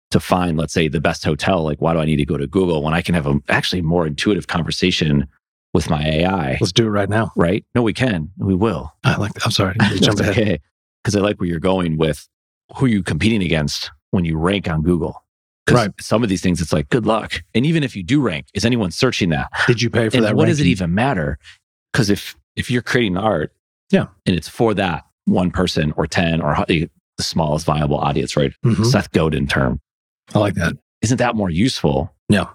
Speaker 1: to find, let's say, the best hotel, like why do I need to go to Google when I can have a actually more intuitive conversation with my AI?
Speaker 2: let's do it right now.
Speaker 1: Right? No, we can. We will.
Speaker 2: I like. I'm sorry, you
Speaker 1: That's
Speaker 2: jumped ahead.
Speaker 1: okay. Because I like where you're going with who you competing against when you rank on Google. 'Cause
Speaker 2: Right.
Speaker 1: some of these things, it's like, good luck. And even if you do rank, is anyone searching that?
Speaker 2: Did you pay for
Speaker 1: and
Speaker 2: that?
Speaker 1: what does it
Speaker 2: ranking?
Speaker 1: even matter? Because if if you're creating art,
Speaker 2: Yeah.
Speaker 1: and it's for that one person or ten or ho- the smallest viable audience, right?
Speaker 2: Mhm.
Speaker 1: Seth Godin term,
Speaker 2: Mm-hmm. I like that.
Speaker 1: isn't that more useful?
Speaker 2: Yeah.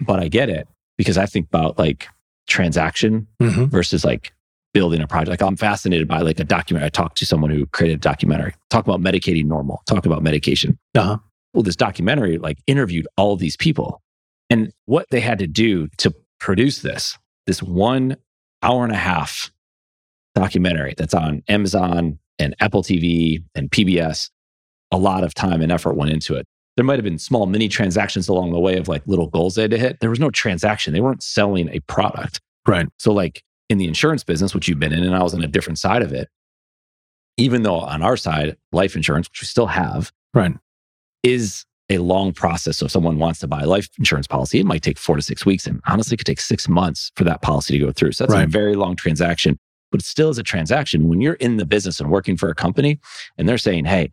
Speaker 1: But I get it because I think about like transaction
Speaker 2: hmm
Speaker 1: versus like building a project. Like I'm fascinated by like a documentary. I talked to someone who created a documentary. Talk about medicating normal. Talk about medication.
Speaker 2: Uh-huh.
Speaker 1: Well, this documentary like interviewed all these people and what they had to do to produce this, this one hour and a half documentary that's on Amazon and Apple TV and PBS. A lot of time and effort went into it. There might have been small mini transactions along the way of like little goals they had to hit. There was no transaction. They weren't selling a product.
Speaker 2: Right.
Speaker 1: So, like in the insurance business, which you've been in, and I was on a different side of it, even though on our side, life insurance, which we still have,
Speaker 2: Right.
Speaker 1: is a long process. So, if someone wants to buy a life insurance policy, it might take four to six weeks. And honestly, it could take six months for that policy to go through. So, that's a
Speaker 2: Right.
Speaker 1: very long transaction, but it still is a transaction. When you're in the business and working for a company and they're saying, hey,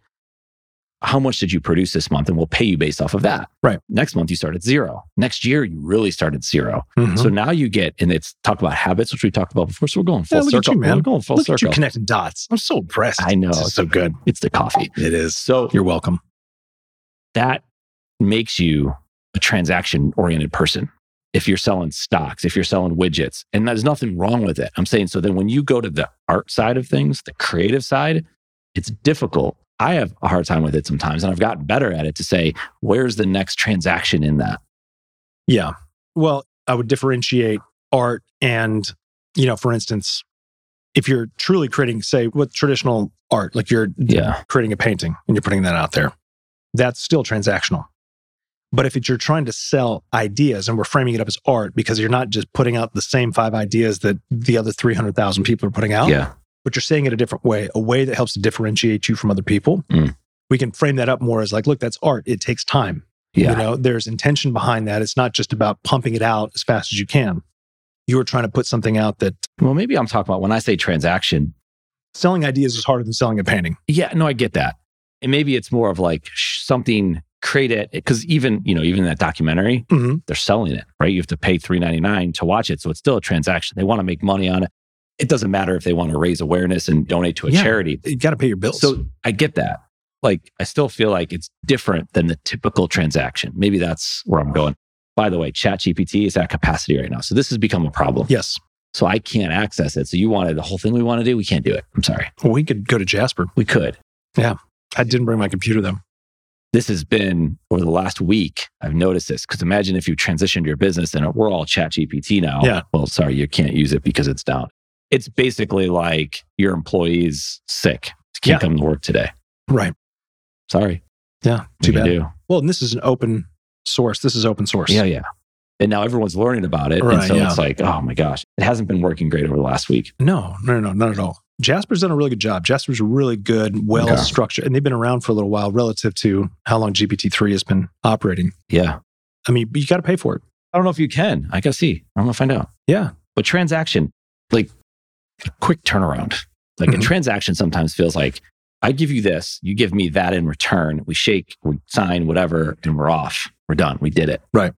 Speaker 1: how much did you produce this month? And we'll pay you based off of that.
Speaker 2: Right.
Speaker 1: Next month, you start at zero. Next year, you really start at zero.
Speaker 2: Mhm.
Speaker 1: So now you get, and it's talk about habits, which we talked about before. So we're going full
Speaker 2: Yeah, look at
Speaker 1: circle.
Speaker 2: you, man.
Speaker 1: We're going full
Speaker 2: Look at you
Speaker 1: circle.
Speaker 2: connecting dots. I'm so impressed.
Speaker 1: I know.
Speaker 2: This is so good.
Speaker 1: it's the coffee.
Speaker 2: It is.
Speaker 1: So
Speaker 2: You're welcome.
Speaker 1: that makes you a transaction oriented person. If you're selling stocks, if you're selling widgets, and there's nothing wrong with it. I'm saying, so then when you go to the art side of things, the creative side, it's difficult. I have a hard time with it sometimes, and I've gotten better at it to say, where's the next transaction in that?
Speaker 2: Yeah. Well, I would differentiate art and, you know, for instance, if you're truly creating, say, with traditional art, like you're
Speaker 1: Yeah.
Speaker 2: creating a painting and you're putting that out there, that's still transactional. But if it's, you're trying to sell ideas and we're framing it up as art because you're not just putting out the same five ideas that the other 300,000 people are putting out,
Speaker 1: Yeah.
Speaker 2: but you're saying it a different way, a way that helps to differentiate you from other people.
Speaker 1: Mm.
Speaker 2: We can frame that up more as like, look, that's art. It takes time.
Speaker 1: Yeah.
Speaker 2: You know, there's intention behind that. It's not just about pumping it out as fast as you can. You are trying to put something out that
Speaker 1: Well, maybe I'm talking about when I say transaction,
Speaker 2: selling ideas is harder than selling a painting.
Speaker 1: Yeah, no, I get that. And maybe it's more of like sh- something create it because even you know even that documentary
Speaker 2: Mm-hmm.
Speaker 1: they're selling it right. You have to pay three ninety nine to watch it, so it's still a transaction. They want to make money on it. It doesn't matter if they want to raise awareness and donate to a
Speaker 2: Yeah.
Speaker 1: charity.
Speaker 2: You got to pay your bills.
Speaker 1: So I get that. Like I still feel like it's different than the typical transaction. Maybe that's where I'm going. By the way, ChatGPT is at capacity right now, so this has become a problem.
Speaker 2: yes,
Speaker 1: So I can't access it. So you wanted the whole thing we want to do, we can't do it. I'm sorry,
Speaker 2: we could go to Jasper.
Speaker 1: we could.
Speaker 2: I didn't bring my computer though.
Speaker 1: this has been over the last week. I've noticed this because imagine if you transitioned your business and we're all chat GPT now.
Speaker 2: Yeah.
Speaker 1: Well, sorry, you can't use it because it's down. It's basically like your employee's sick. Can't
Speaker 2: Yeah.
Speaker 1: come to work today.
Speaker 2: Right.
Speaker 1: Sorry.
Speaker 2: Yeah.
Speaker 1: What
Speaker 2: Too
Speaker 1: do you
Speaker 2: bad.
Speaker 1: do?
Speaker 2: Well, and this is an open source. This is open source.
Speaker 1: Yeah, yeah. And now everyone's learning about it. and
Speaker 2: Right,
Speaker 1: so
Speaker 2: yeah.
Speaker 1: it's like, oh my gosh, it hasn't been working great over the last week.
Speaker 2: No, no, no, not at all. Jasper's done a really good job. Jasper's really good, well
Speaker 1: Okay.
Speaker 2: structured, and they've been around for a little while relative to how long GPT-3 has been operating.
Speaker 1: Yeah.
Speaker 2: I mean, but you got to pay for it.
Speaker 1: I don't know if you can. I got to see. I'm going to find out.
Speaker 2: Yeah.
Speaker 1: But transaction, like a quick turnaround. Like
Speaker 2: Mhm.
Speaker 1: a transaction sometimes feels like I give you this, you give me that in return. We shake, we sign, whatever, and we're off. We're done. We did it.
Speaker 2: Right.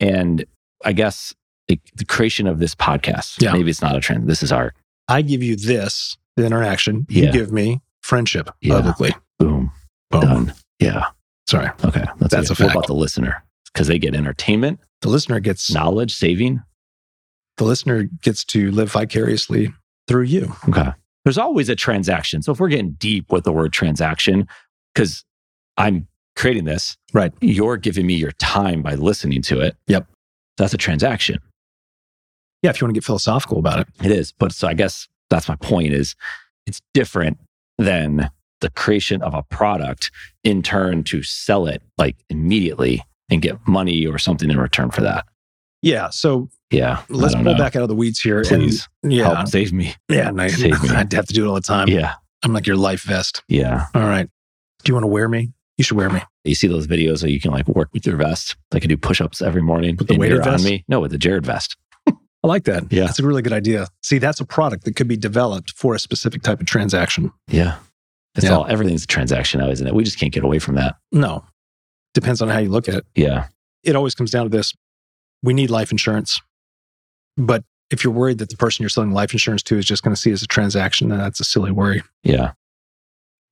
Speaker 1: And I guess like the creation of this podcast,
Speaker 2: Yeah.
Speaker 1: maybe it's not a trend. This is our
Speaker 2: I give you this, the interaction. You
Speaker 1: Yeah.
Speaker 2: give me friendship
Speaker 1: Yeah.
Speaker 2: publicly.
Speaker 1: boom,
Speaker 2: Boom.
Speaker 1: done. Yeah.
Speaker 2: Sorry.
Speaker 1: Okay. That's,
Speaker 2: That's
Speaker 1: good.
Speaker 2: a
Speaker 1: What
Speaker 2: fact.
Speaker 1: about the listener? Because they get entertainment.
Speaker 2: The listener gets
Speaker 1: knowledge saving.
Speaker 2: the listener gets to live vicariously through you.
Speaker 1: Okay. There's always a transaction. So if we're getting deep with the word transaction, because I'm creating this,
Speaker 2: Right.
Speaker 1: You're giving me your time by listening to it.
Speaker 2: Yep.
Speaker 1: That's a transaction.
Speaker 2: Yeah, if you want to get philosophical about it.
Speaker 1: It is. But so I guess that's my point is it's different than the creation of a product in turn to sell it like immediately and get money or something in return for that.
Speaker 2: Yeah. So
Speaker 1: Yeah. I
Speaker 2: let's
Speaker 1: don't
Speaker 2: pull
Speaker 1: know.
Speaker 2: back out of the weeds here.
Speaker 1: Please
Speaker 2: And, yeah.
Speaker 1: help save me.
Speaker 2: Yeah. And I,
Speaker 1: Save me.
Speaker 2: I'd have to do it all the time.
Speaker 1: Yeah.
Speaker 2: I'm like your life vest.
Speaker 1: Yeah.
Speaker 2: All right. Do you want to wear me? You should wear me.
Speaker 1: You see those videos where you can like work with your vest. Like I do push-ups every morning.
Speaker 2: With the
Speaker 1: and
Speaker 2: weighted
Speaker 1: you're
Speaker 2: vest?
Speaker 1: on me. No, with the Jared vest.
Speaker 2: I like that.
Speaker 1: Yeah.
Speaker 2: That's a really good idea. See, that's a product that could be developed for a specific type of transaction.
Speaker 1: Yeah. It's
Speaker 2: Yeah.
Speaker 1: all everything's a transaction now, isn't it? We just can't get away from that.
Speaker 2: No. Depends on how you look at it.
Speaker 1: Yeah.
Speaker 2: It always comes down to this. We need life insurance. But if you're worried that the person you're selling life insurance to is just going to see it as a transaction, then that's a silly worry
Speaker 1: Yeah.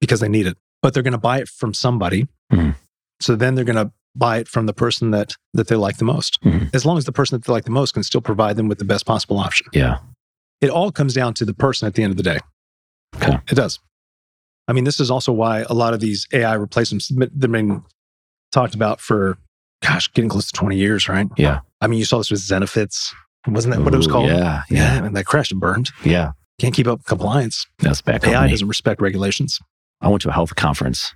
Speaker 2: because they need it. But they're going to buy it from somebody.
Speaker 1: Mhm.
Speaker 2: So then they're going to buy it from the person that that they like the most.
Speaker 1: Mhm.
Speaker 2: As long as the person that they like the most can still provide them with the best possible option.
Speaker 1: Yeah.
Speaker 2: it all comes down to the person at the end of the day.
Speaker 1: Okay.
Speaker 2: It does. I mean, this is also why a lot of these AI replacements that have been talked about for, gosh, getting close to 20 years, right?
Speaker 1: Yeah.
Speaker 2: I mean, you saw this with Zenefits. Wasn't that what it was
Speaker 1: Ooh,
Speaker 2: called?
Speaker 1: Yeah. Yeah.
Speaker 2: Yeah. And that crashed and burned.
Speaker 1: Yeah.
Speaker 2: Can't keep up with compliance.
Speaker 1: That's back
Speaker 2: AI
Speaker 1: on me.
Speaker 2: doesn't respect regulations.
Speaker 1: I went to a health conference.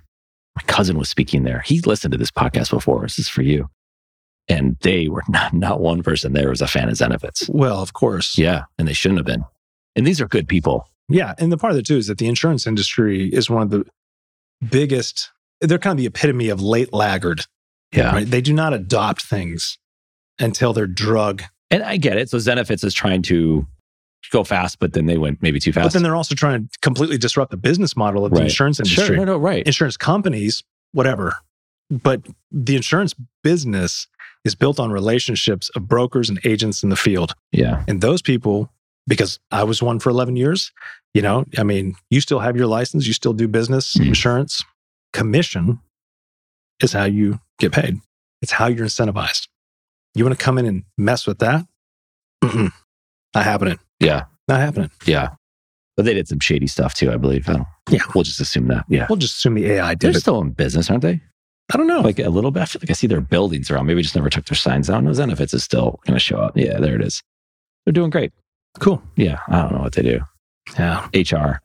Speaker 1: My cousin was speaking there. He listened to this podcast before. This is for you. And they were not not one person there was a fan of Zenovitz.
Speaker 2: Well, of course.
Speaker 1: Yeah. And they shouldn't have been. And these are good people.
Speaker 2: Yeah. And the part of it too is that the insurance industry is one of the biggest, they're kind of the epitome of late laggard,
Speaker 1: Yeah.
Speaker 2: right? They do not adopt things until they're drug
Speaker 1: And I get it. So Zenefits is trying to go fast, but then they went maybe too fast.
Speaker 2: But then they're also trying to completely disrupt the business model of the
Speaker 1: Right.
Speaker 2: insurance industry.
Speaker 1: Sure, no, no, right.
Speaker 2: Insurance companies, whatever. But the insurance business is built on relationships of brokers and agents in the field.
Speaker 1: yeah,
Speaker 2: And those people, because I was one for 11 years, you know, I mean, you still have your license, you still do business,
Speaker 1: Mhm.
Speaker 2: insurance, commission is how you get paid. It's how you're incentivized. You want to come in and mess with that? Mm-mm. Not happening.
Speaker 1: Yeah.
Speaker 2: Not happening.
Speaker 1: yeah. But they did some shady stuff too, I believe. I don't,
Speaker 2: Yeah.
Speaker 1: we'll just assume that. Yeah,
Speaker 2: We'll just assume the AI did
Speaker 1: they're
Speaker 2: it.
Speaker 1: still in business, aren't they?
Speaker 2: I don't know.
Speaker 1: Like a little bit. I feel like I see their buildings around. Maybe we just never took their signs down. No, Zenefits is still going to show up. Yeah, there it is. They're doing great.
Speaker 2: cool.
Speaker 1: Yeah, I don't know what they do.
Speaker 2: Yeah.
Speaker 1: HR,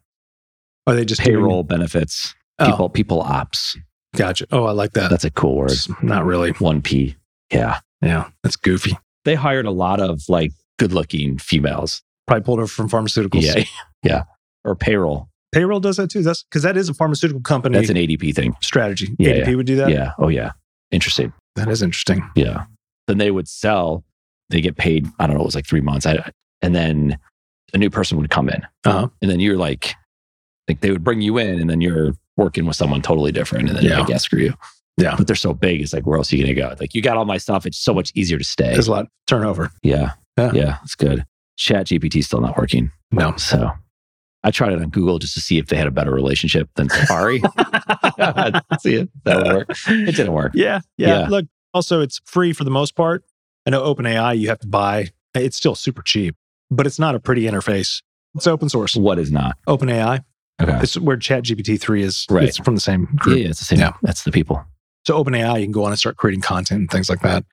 Speaker 2: Are they just doing-
Speaker 1: payroll, benefits,
Speaker 2: Oh,
Speaker 1: people, people ops.
Speaker 2: Gotcha. Oh, I like that.
Speaker 1: That's a cool word.
Speaker 2: That's not really.
Speaker 1: One P. Yeah,
Speaker 2: Yeah. That's goofy.
Speaker 1: they hired a lot of like good-looking females.
Speaker 2: Probably pulled over from pharmaceuticals.
Speaker 1: Yeah, yeah, or payroll.
Speaker 2: Payroll does that too. That's because that is a pharmaceutical company
Speaker 1: That's an ADP thing.
Speaker 2: strategy.
Speaker 1: Yeah,
Speaker 2: ADP would do that.
Speaker 1: Yeah. Oh, yeah. Interesting.
Speaker 2: That is interesting.
Speaker 1: Yeah. Then they would sell. They get paid. I don't know. It was like three months. I, and then a new person would come in,
Speaker 2: Uh-huh.
Speaker 1: and then you're like, like they would bring you in, and then you're working with someone totally different, and then
Speaker 2: Yeah.
Speaker 1: yeah. like, yeah, screw you.
Speaker 2: Yeah.
Speaker 1: But they're so big. It's like, where else are you gonna go? Like, you got all my stuff. It's so much easier to stay.
Speaker 2: There's a lot of turnover.
Speaker 1: yeah.
Speaker 2: Yeah.
Speaker 1: Yeah. It's good. Chat GPT still not working.
Speaker 2: No.
Speaker 1: So. I tried it on Google just to see if they had a better relationship than Safari. see it. That would work. It didn't work.
Speaker 2: Yeah, yeah.
Speaker 1: Yeah.
Speaker 2: Look, also it's free for the most part. I know OpenAI you have to buy. It's still super cheap, but it's not a pretty interface. It's open source.
Speaker 1: What is not?
Speaker 2: OpenAI.
Speaker 1: Okay.
Speaker 2: It's where ChatGPT three is.
Speaker 1: Right.
Speaker 2: It's from the same
Speaker 1: Yeah,
Speaker 2: group.
Speaker 1: yeah, it's the same.
Speaker 2: Yeah.
Speaker 1: That's the people.
Speaker 2: So OpenAI, you can go on and start creating content and things like that.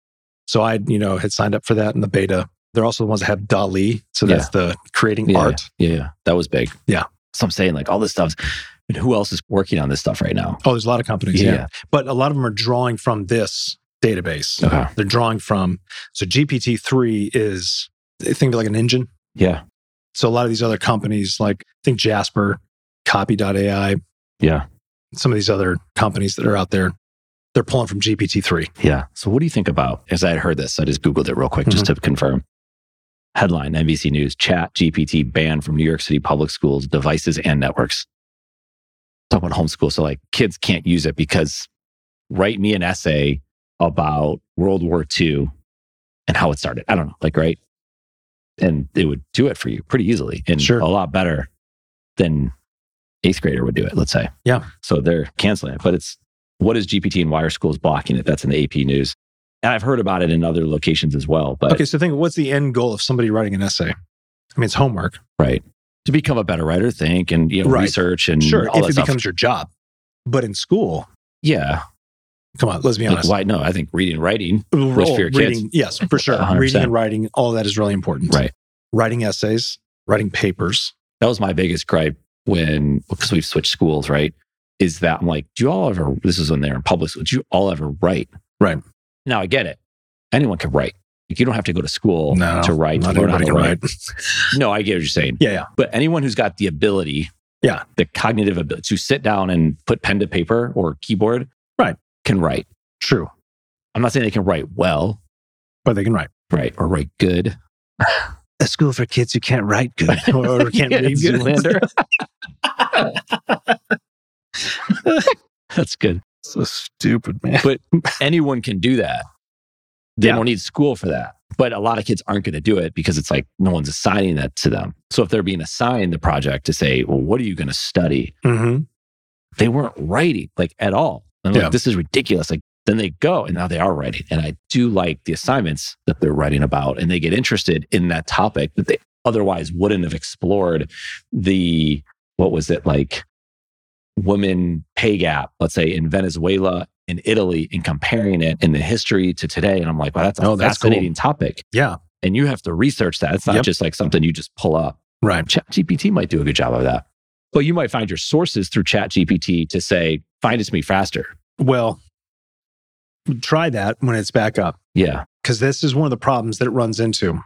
Speaker 2: So I, you know, had signed up for that in the beta. They're also the ones that have Dali. So that's the creating
Speaker 1: Yeah,
Speaker 2: art.
Speaker 1: Yeah, yeah. That was big.
Speaker 2: Yeah.
Speaker 1: So I'm saying like all this stuff. And who else is working on this stuff right now?
Speaker 2: Oh, there's a lot of companies. Yeah. But a lot of them are drawing from this database.
Speaker 1: Yeah. Okay.
Speaker 2: They're drawing from. So GPT-3 is, think of it like an engine.
Speaker 1: Yeah.
Speaker 2: So a lot of these other companies, like I think Jasper, Copy.ai,
Speaker 1: Yeah.
Speaker 2: some of these other companies that are out there, they're pulling from GPT-3.
Speaker 1: Yeah. So what do you think about? As I had heard this, I just Googled it real quick just to confirm. Headline NBC News Chat GPT banned from New York City public schools, devices, and networks. Talk about homeschool. So, like, kids can't use it because write me an essay about World War II and how it started. I don't know. Like, right. And it would do it for you pretty easily and
Speaker 2: Sure.
Speaker 1: a lot better than eighth grader would do it, let's say.
Speaker 2: Yeah.
Speaker 1: So they're canceling it. But it's what is GPT and why are schools blocking it? That's in the AP news. And I've heard about it in other locations as well. But
Speaker 2: Okay, so think what's the end goal of somebody writing an essay? I mean, it's homework.
Speaker 1: to become a better writer, think and you know,
Speaker 2: Right.
Speaker 1: research and
Speaker 2: Sure,
Speaker 1: all
Speaker 2: if
Speaker 1: that
Speaker 2: it
Speaker 1: stuff.
Speaker 2: becomes your job. But in school,
Speaker 1: yeah.
Speaker 2: come on, let's be
Speaker 1: Like,
Speaker 2: honest.
Speaker 1: why no? I think reading, writing.
Speaker 2: Role-
Speaker 1: for your kids.
Speaker 2: reading, yes, for sure.
Speaker 1: 100%.
Speaker 2: Reading and writing, all that is really important.
Speaker 1: Right.
Speaker 2: Writing essays, writing papers.
Speaker 1: That was my biggest gripe when because we've switched schools, right? Is that I'm like, do you all ever? This is when they're in public school. Do you all ever write?
Speaker 2: Right.
Speaker 1: Now I get it. Anyone can write. Like, you don't have to go to school
Speaker 2: No,
Speaker 1: to write.
Speaker 2: Not
Speaker 1: to learn how to
Speaker 2: everybody can write.
Speaker 1: No, I get what you're saying.
Speaker 2: Yeah, yeah.
Speaker 1: But anyone who's got the ability,
Speaker 2: Yeah.
Speaker 1: the cognitive ability to sit down and put pen to paper or keyboard,
Speaker 2: Right.
Speaker 1: can write.
Speaker 2: True.
Speaker 1: I'm not saying they can write well,
Speaker 2: But they can write.
Speaker 1: right, or write good.
Speaker 2: A school for kids who can't write good or can't
Speaker 1: Yeah,
Speaker 2: read good.
Speaker 1: Zoolander. That's good.
Speaker 2: So stupid, man.
Speaker 1: Anyone can do that. They
Speaker 2: Yeah.
Speaker 1: don't need school for that. But a lot of kids aren't going to do it because it's like no one's assigning that to them. So if they're being assigned the project to say, well, what are you going to study?
Speaker 2: hmm
Speaker 1: they weren't writing like at all. And I'm
Speaker 2: Yeah.
Speaker 1: like, this is ridiculous. Like, then they go and now they are writing. And I do like the assignments that they're writing about and they get interested in that topic that they otherwise wouldn't have explored the, what was it like, women pay gap, let's say in Venezuela and Italy and comparing it in the history to today. And I'm like, wow, that's a
Speaker 2: Oh, that's cool.
Speaker 1: fascinating topic.
Speaker 2: Yeah.
Speaker 1: And you have to research that. It's not
Speaker 2: Yep.
Speaker 1: just like something you just pull up.
Speaker 2: Right.
Speaker 1: ChatGPT might do a good job of that. But you might find your sources through ChatGPT to say, find it to me faster.
Speaker 2: Well, try that when it's back up.
Speaker 1: Yeah.
Speaker 2: because this is one of the problems that it runs into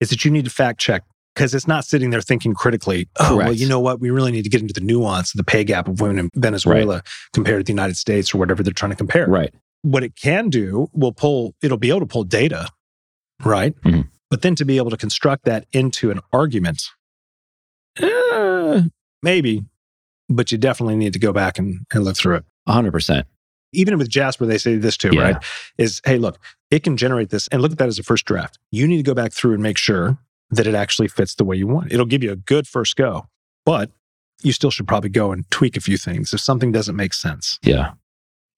Speaker 2: is that you need to fact check because it's not sitting there thinking critically oh well
Speaker 1: Correct.
Speaker 2: you know what we really need to get into the nuance of the pay gap of women in venezuela compared to the united states or whatever they're trying to compare
Speaker 1: Right.
Speaker 2: what it can do will pull it'll be able to pull data right
Speaker 1: Mhm.
Speaker 2: but then to be able to construct that into an argument eh, maybe but you definitely need to go back and, and look through it
Speaker 1: 100%.
Speaker 2: even with Jasper, they say this too,
Speaker 1: Yeah.
Speaker 2: right? Is hey, look, it can generate this and look at that as a first draft. You need to go back through and make sure that it actually fits the way you want. It'll give you a good first go, but you still should probably go and tweak a few things if something doesn't make sense.
Speaker 1: Yeah.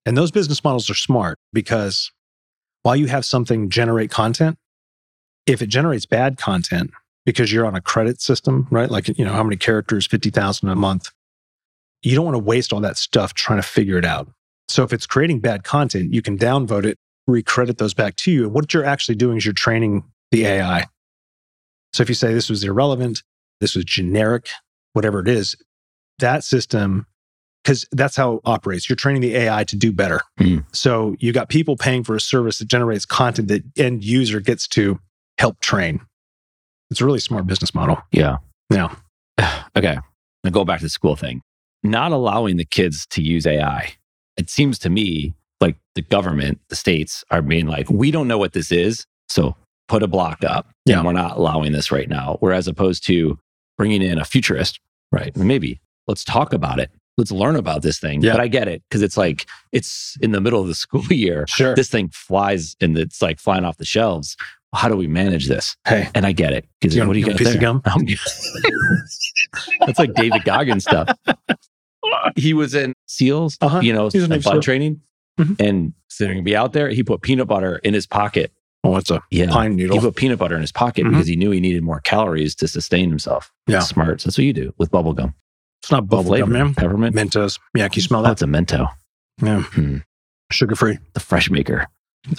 Speaker 2: And those business models are smart because while you have something generate content, if it generates bad content because you're on a credit system, right? Like, you know, how many characters, 50,000 a month, you don't want to waste all that stuff trying to figure it out. So if it's creating bad content, you can downvote it, recredit those back to you. And what you're actually doing is you're training the AI. So if you say this was irrelevant, this was generic, whatever it is, that system, because that's how it operates. You're training the AI to do better.
Speaker 1: Mhm.
Speaker 2: So you got people paying for a service that generates content that end user gets to help train. It's a really smart business model.
Speaker 1: Yeah.
Speaker 2: Yeah.
Speaker 1: okay. Now go back to the school thing. Not allowing the kids to use AI. It seems to me like the government, the states are being like, we don't know what this is. So put a block up.
Speaker 2: Yeah.
Speaker 1: And we're not allowing this right now. Whereas opposed to bringing in a futurist, right? Maybe let's talk about it. Let's learn about this thing.
Speaker 2: Yeah.
Speaker 1: But I get it because it's like, it's in the middle of the school year.
Speaker 2: Sure.
Speaker 1: This thing flies and it's like flying off the shelves. How do we manage this?
Speaker 2: hey,
Speaker 1: And I get it. Because
Speaker 2: You want-
Speaker 1: what do you
Speaker 2: you
Speaker 1: got
Speaker 2: want a piece of
Speaker 1: there?
Speaker 2: gum?
Speaker 1: I'm- That's like David Goggins stuff. He was in SEALs,
Speaker 2: Uh-huh.
Speaker 1: you know,
Speaker 2: He's a
Speaker 1: and
Speaker 2: Navy
Speaker 1: flight
Speaker 2: SEAL.
Speaker 1: training.
Speaker 2: Mhm.
Speaker 1: And so they're gonna be out there. He put peanut butter in his pocket.
Speaker 2: oh, it's a
Speaker 1: Yeah.
Speaker 2: pine
Speaker 1: He
Speaker 2: needle.
Speaker 1: put peanut butter in his pocket
Speaker 2: Mhm.
Speaker 1: because he knew he needed more calories to sustain himself.
Speaker 2: Yeah.
Speaker 1: Smart. So that's what you do with bubble gum.
Speaker 2: It's not
Speaker 1: What
Speaker 2: bubble gum, man.
Speaker 1: Peppermint.
Speaker 2: Mentos. Yeah, can you smell
Speaker 1: Oh,
Speaker 2: that?
Speaker 1: it's a Mento.
Speaker 2: Yeah.
Speaker 1: Hmm.
Speaker 2: Sugar free.
Speaker 1: the fresh maker.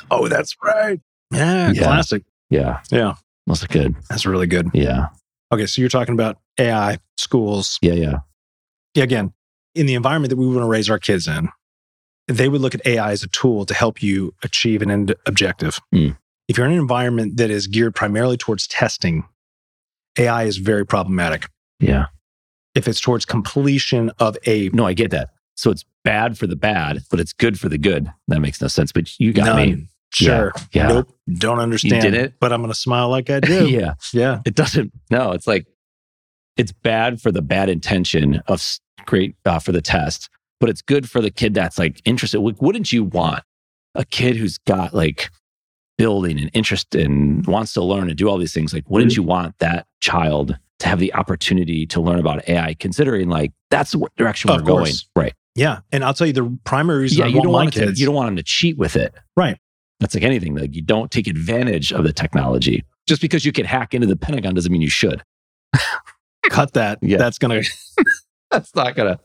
Speaker 2: Oh, that's right. Yeah,
Speaker 1: Yeah.
Speaker 2: classic.
Speaker 1: Yeah.
Speaker 2: Yeah,
Speaker 1: Must look good.
Speaker 2: that's really good.
Speaker 1: Yeah.
Speaker 2: Okay, so you're talking about AI schools.
Speaker 1: Yeah. Yeah.
Speaker 2: Yeah, again, in the environment that we want to raise our kids in, they would look at AI as a tool to help you achieve an end objective.
Speaker 1: Mm.
Speaker 2: If you're in an environment that is geared primarily towards testing, AI is very problematic.
Speaker 1: Yeah.
Speaker 2: If it's towards completion of a
Speaker 1: No, I get that. So it's bad for the bad, but it's good for the good. That makes no sense. But you got
Speaker 2: none,
Speaker 1: me.
Speaker 2: sure,
Speaker 1: Yeah.
Speaker 2: nope, don't understand
Speaker 1: did it?
Speaker 2: but I'm going to smile like I do. yeah.
Speaker 1: yeah. it doesn't no it's like it's bad for the bad intention of s- great uh, for the test but it's good for the kid that's like interested Like, wouldn't you want a kid who's got like building and interest and wants to learn and do all these things like wouldn't
Speaker 2: Mm-hmm.
Speaker 1: you want that child to have the opportunity to learn about ai considering like that's what direction
Speaker 2: Of
Speaker 1: we're
Speaker 2: course.
Speaker 1: going right
Speaker 2: Yeah. And I'll tell you the primary reason
Speaker 1: yeah
Speaker 2: I
Speaker 1: you
Speaker 2: want
Speaker 1: don't
Speaker 2: my
Speaker 1: want it to,
Speaker 2: kids.
Speaker 1: you don't want them to cheat with it
Speaker 2: Right.
Speaker 1: that's like anything like you don't take advantage of the technology just because you can hack into the pentagon doesn't mean you should
Speaker 2: cut that.
Speaker 1: Yeah.
Speaker 2: That's going to
Speaker 1: that's not gonna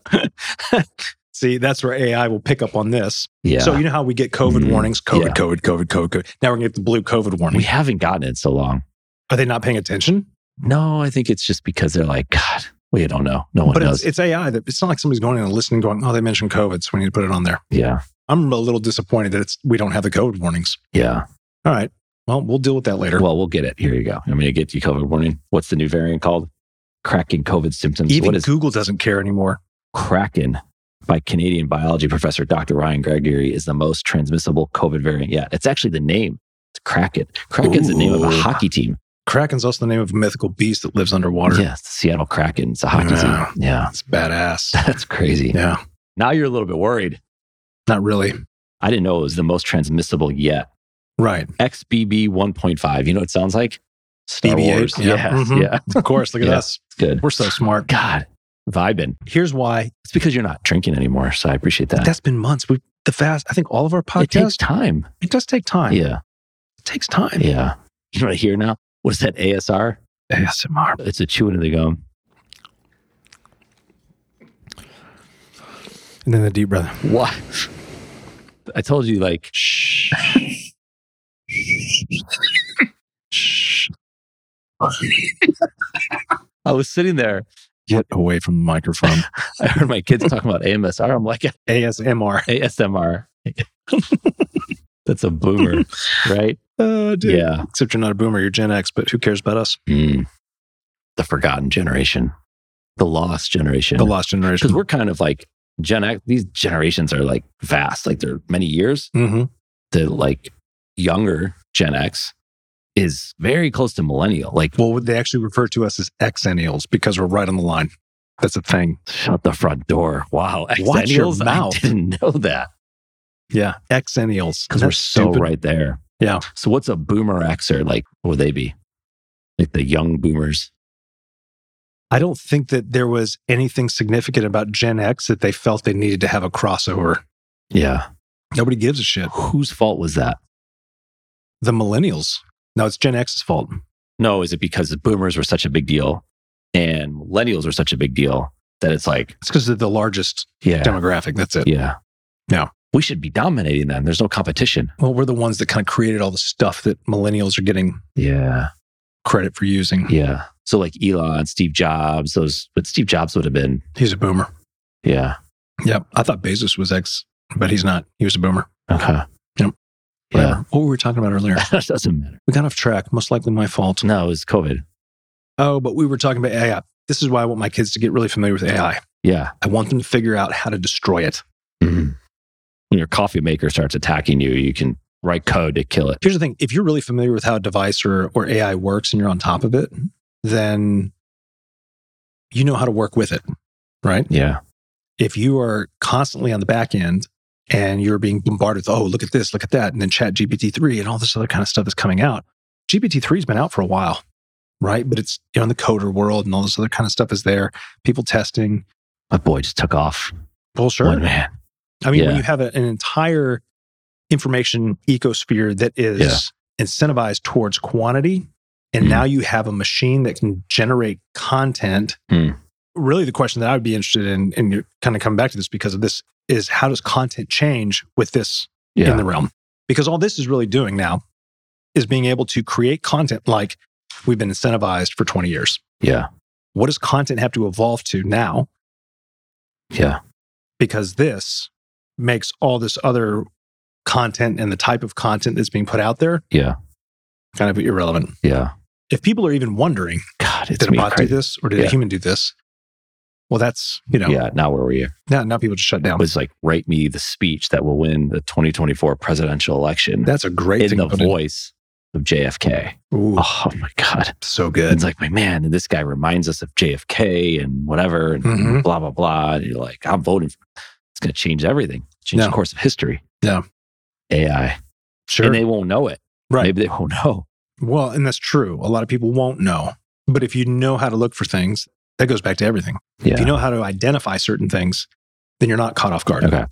Speaker 2: see, that's where AI will pick up on this.
Speaker 1: yeah
Speaker 2: So you know how we get COVID
Speaker 1: Mm,
Speaker 2: warnings, COVID,
Speaker 1: yeah.
Speaker 2: COVID, COVID, COVID, COVID. Now we're going to get the blue COVID warning.
Speaker 1: we haven't gotten it in so long
Speaker 2: Are they not paying attention?
Speaker 1: no i think it's just because they're like god we don't know no one
Speaker 2: but
Speaker 1: does
Speaker 2: it's, it's AI that it's not like somebody's going in and listening, going, "Oh, they mentioned COVID, so we need to put it on there."
Speaker 1: yeah
Speaker 2: I'm a little disappointed that it's we don't have the COVID warnings.
Speaker 1: yeah
Speaker 2: All right, well, we'll deal with that later.
Speaker 1: well we'll get it here you go i'm gonna get you covid warning what's the new variant called cracking covid symptoms
Speaker 2: Even
Speaker 1: what is
Speaker 2: Google doesn't care anymore.
Speaker 1: kraken by canadian biology professor dr ryan gregory is the most transmissible covid variant yet it's actually the name it's kraken kraken's the name of a
Speaker 2: Ooh.
Speaker 1: hockey team
Speaker 2: Kraken's also the name of a mythical beast that lives underwater.
Speaker 1: yeah it's the seattle kraken it's a hockey
Speaker 2: Yeah.
Speaker 1: team yeah
Speaker 2: It's badass.
Speaker 1: that's crazy
Speaker 2: yeah,
Speaker 1: now you're a little bit worried
Speaker 2: not really.
Speaker 1: i didn't know it was the most transmissible yet
Speaker 2: Right.
Speaker 1: XBB 1.5. You know what it sounds like? Star
Speaker 2: BB-8,
Speaker 1: Wars.
Speaker 2: yeah.
Speaker 1: Yeah.
Speaker 2: Mhm.
Speaker 1: Yeah.
Speaker 2: Of course. Look at
Speaker 1: Yeah.
Speaker 2: us.
Speaker 1: Good.
Speaker 2: We're so smart.
Speaker 1: God, vibing.
Speaker 2: Here's why.
Speaker 1: It's because you're not drinking anymore. So I appreciate that.
Speaker 2: That's been months. We the fast. I think all of our
Speaker 1: it takes
Speaker 2: podcasts.
Speaker 1: time.
Speaker 2: It does take time.
Speaker 1: Yeah.
Speaker 2: It takes time.
Speaker 1: Yeah. You know what I hear now? What's that ASR?
Speaker 2: ASMR.
Speaker 1: It's a chewing of the gum.
Speaker 2: And then the deep breath.
Speaker 1: What? I told you, like,
Speaker 2: Shh. Shh.
Speaker 1: I was sitting there.
Speaker 2: Get away from the microphone.
Speaker 1: I heard my kids talking about AMSR. I'm like,
Speaker 2: ASMR.
Speaker 1: ASMR. That's a boomer, right?
Speaker 2: Oh, dude.
Speaker 1: Yeah.
Speaker 2: Except you're not a boomer, you're Gen X, but who cares about us?
Speaker 1: Mm. The forgotten generation, the lost generation.
Speaker 2: The lost generation.
Speaker 1: because we're kind of like Gen X. These generations are like vast. Like they're many years.
Speaker 2: hmm
Speaker 1: The like younger Gen X is very close to millennial. Like
Speaker 2: Well, they actually refer to us as Xennials because we're right on the line. That's a thing.
Speaker 1: shut the front door. Wow,
Speaker 2: Watch your
Speaker 1: Xennials? I
Speaker 2: mouth.
Speaker 1: didn't know that
Speaker 2: Yeah. Xennials.
Speaker 1: because we're
Speaker 2: That's
Speaker 1: so
Speaker 2: stupid.
Speaker 1: right there.
Speaker 2: Yeah.
Speaker 1: So what's a boomer Xer like? What would they be? Like the young boomers.
Speaker 2: I don't think that there was anything significant about Gen X that they felt they needed to have a crossover.
Speaker 1: Yeah.
Speaker 2: Nobody gives a shit.
Speaker 1: Whose fault was that?
Speaker 2: The millennials. No, it's Gen X's fault.
Speaker 1: No, is it because the boomers were such a big deal and millennials were such a big deal that it's like,
Speaker 2: It's because they're the largest
Speaker 1: yeah,
Speaker 2: demographic. That's it.
Speaker 1: yeah.
Speaker 2: No.
Speaker 1: We should be dominating them. There's no competition.
Speaker 2: Well, we're the ones that kind of created all the stuff that millennials are getting
Speaker 1: Yeah.
Speaker 2: credit for using.
Speaker 1: Yeah. So like Elon, Steve Jobs, those, but Steve Jobs would have been,
Speaker 2: He's a boomer.
Speaker 1: yeah.
Speaker 2: Yep. I thought Bezos was X, but he's not. He was a boomer.
Speaker 1: Uh-huh.
Speaker 2: Yep.
Speaker 1: Yeah.
Speaker 2: Whatever. What were we talking about earlier?
Speaker 1: That doesn't matter.
Speaker 2: We got off track. Most likely my fault.
Speaker 1: No, it was COVID.
Speaker 2: Oh, but we were talking about AI. This is why I want my kids to get really familiar with AI.
Speaker 1: Yeah.
Speaker 2: I want them to figure out how to destroy it.
Speaker 1: Mm-hmm. When your coffee maker starts attacking you, you can write code to kill it.
Speaker 2: Here's the thing if you're really familiar with how a device or, or AI works and you're on top of it, then you know how to work with it, right?
Speaker 1: Yeah.
Speaker 2: if you are constantly on the back end and you're being bombarded with, oh, look at this, look at that, and then chat GPT-3 and all this other kind of stuff is coming out. GPT-3's been out for a while, right? But it's you know, in the coder world and all this other kind of stuff is there. People testing.
Speaker 1: My boy just took off.
Speaker 2: Well,
Speaker 1: One
Speaker 2: sure.
Speaker 1: man.
Speaker 2: I mean,
Speaker 1: yeah.
Speaker 2: when you have a- an entire information ecosphere that is incentivized towards quantity, and
Speaker 1: Mm.
Speaker 2: now you have a machine that can generate content.
Speaker 1: Mm.
Speaker 2: Really, the question that I would be interested in, and you're kind of coming back to this because of this, is how does content change with this
Speaker 1: Yeah.
Speaker 2: in the realm. Because all this is really doing now is being able to create content like we've been incentivized for 20 years.
Speaker 1: yeah.
Speaker 2: What does content have to evolve to now?
Speaker 1: Yeah.
Speaker 2: Because this makes all this other content and the type of content that's being put out there
Speaker 1: Yeah.
Speaker 2: kind of irrelevant.
Speaker 1: Yeah.
Speaker 2: If people are even wondering,
Speaker 1: God, it's
Speaker 2: did a
Speaker 1: me
Speaker 2: bot do
Speaker 1: crazy.
Speaker 2: this or did a
Speaker 1: Yeah.
Speaker 2: human do this? Well, that's, you know,
Speaker 1: Yeah. Now where were you?
Speaker 2: now, now people just shut down.
Speaker 1: was like, write me the speech that will win the 2024 presidential election
Speaker 2: That's a great
Speaker 1: in
Speaker 2: thing.
Speaker 1: the
Speaker 2: to put in.
Speaker 1: voice of JFK.
Speaker 2: Ooh,
Speaker 1: Oh my God.
Speaker 2: so
Speaker 1: And
Speaker 2: good.
Speaker 1: it's like, my man, and this guy reminds us of JFK and whatever, and
Speaker 2: Mhm.
Speaker 1: blah, blah, blah. And you're like, I'm voting for It's going to change everything, change
Speaker 2: Yeah.
Speaker 1: the course of history.
Speaker 2: Yeah.
Speaker 1: AI.
Speaker 2: Sure.
Speaker 1: And they won't know it.
Speaker 2: Right.
Speaker 1: Maybe they won't know.
Speaker 2: Well, and that's true. A lot of people won't know. But if you know how to look for things, that goes back to everything.
Speaker 1: Yeah.
Speaker 2: If you know how to identify certain things, then you're not caught off guard.
Speaker 1: Okay.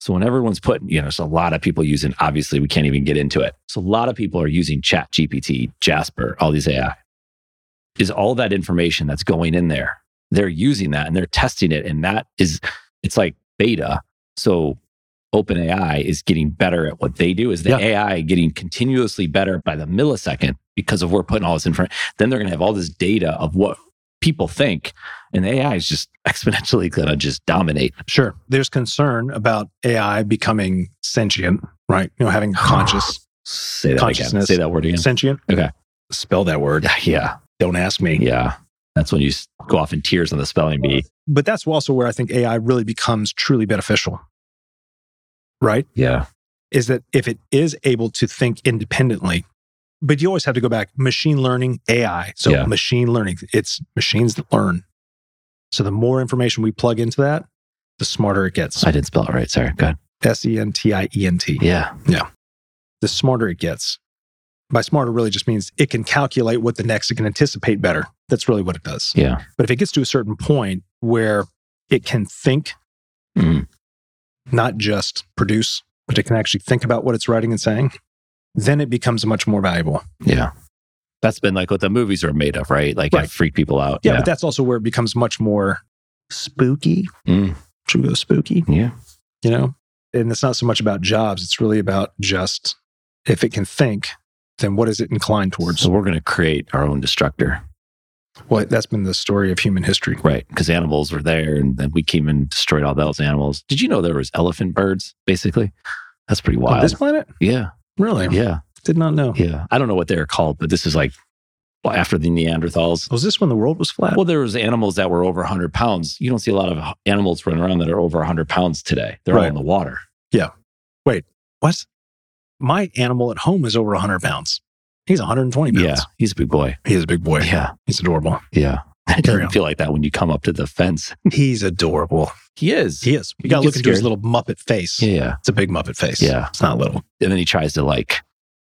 Speaker 1: So when everyone's putting, you know, there's a lot of people using, obviously we can't even get into it. So a lot of people are using Chat GPT, Jasper, all these AI. Is all that information that's going in there, they're using that and they're testing it. And that is, it's like beta. So OpenAI is getting better at what they do. Is the
Speaker 2: Yeah.
Speaker 1: AI getting continuously better by the millisecond because of we're putting all this in front? Then they're going to have all this data of what people think. And the AI is just exponentially going to just dominate.
Speaker 2: Sure. There's concern about AI becoming sentient, right? You know, having conscious
Speaker 1: Say that again.
Speaker 2: Consciousness.
Speaker 1: Say that word again.
Speaker 2: sentient.
Speaker 1: Okay.
Speaker 2: Spell that word.
Speaker 1: Yeah.
Speaker 2: Don't ask me.
Speaker 1: Yeah. That's when you s- go off in tears on the spelling bee.
Speaker 2: But that's also where I think AI really becomes truly beneficial. Right?
Speaker 1: Yeah.
Speaker 2: Is that if it is able to think independently, but you always have to go back machine learning, AI. So
Speaker 1: Yeah.
Speaker 2: machine learning, it's machines that learn. So the more information we plug into that, the smarter it gets.
Speaker 1: I didn't spell it right. Sorry. Go ahead.
Speaker 2: S E N T I E N T.
Speaker 1: Yeah.
Speaker 2: The smarter it gets. By smarter really just means it can calculate what the next, it can anticipate better. That's really what it does.
Speaker 1: Yeah.
Speaker 2: But if it gets to a certain point where it can think,
Speaker 1: Mm.
Speaker 2: not just produce, but it can actually think about what it's writing and saying, then it becomes much more valuable.
Speaker 1: Yeah. That's been like what the movies are made of, right? Like
Speaker 2: Right.
Speaker 1: I freak people out.
Speaker 2: Yeah, but that's also where it becomes much more spooky.
Speaker 1: Mm.
Speaker 2: Should we go spooky?
Speaker 1: Yeah.
Speaker 2: You know? And it's not so much about jobs, it's really about just if it can think, then what is it inclined towards?
Speaker 1: So we're going to create our own destructor.
Speaker 2: Well, that's been the story of human history.
Speaker 1: Right. Because animals were there and then we came and destroyed all those animals. Did you know there was elephant birds, basically? That's pretty
Speaker 2: On
Speaker 1: wild.
Speaker 2: Oh, this planet?
Speaker 1: yeah.
Speaker 2: Really?
Speaker 1: Yeah.
Speaker 2: Did not know.
Speaker 1: Yeah. I don't know what they're called, but this is like well, after the Neanderthals.
Speaker 2: Was this when the world was flat?
Speaker 1: Well, there was animals that were over 100 pounds. You don't see a lot of animals running around that are over 100 pounds today. They're all
Speaker 2: Right.
Speaker 1: in the water.
Speaker 2: what? My animal at home is over 100 pounds. He's 120 pounds.
Speaker 1: Yeah, he's a big boy.
Speaker 2: He's a big boy.
Speaker 1: Yeah,
Speaker 2: He's adorable.
Speaker 1: yeah. It
Speaker 2: Carry
Speaker 1: doesn't
Speaker 2: on.
Speaker 1: feel like that when you come up to the fence.
Speaker 2: He's adorable.
Speaker 1: He is.
Speaker 2: He is. You
Speaker 1: You
Speaker 2: got to
Speaker 1: get
Speaker 2: look into his
Speaker 1: scared.
Speaker 2: little Muppet face.
Speaker 1: yeah, yeah,
Speaker 2: It's a big Muppet face.
Speaker 1: yeah.
Speaker 2: It's not little.
Speaker 1: And then he tries to like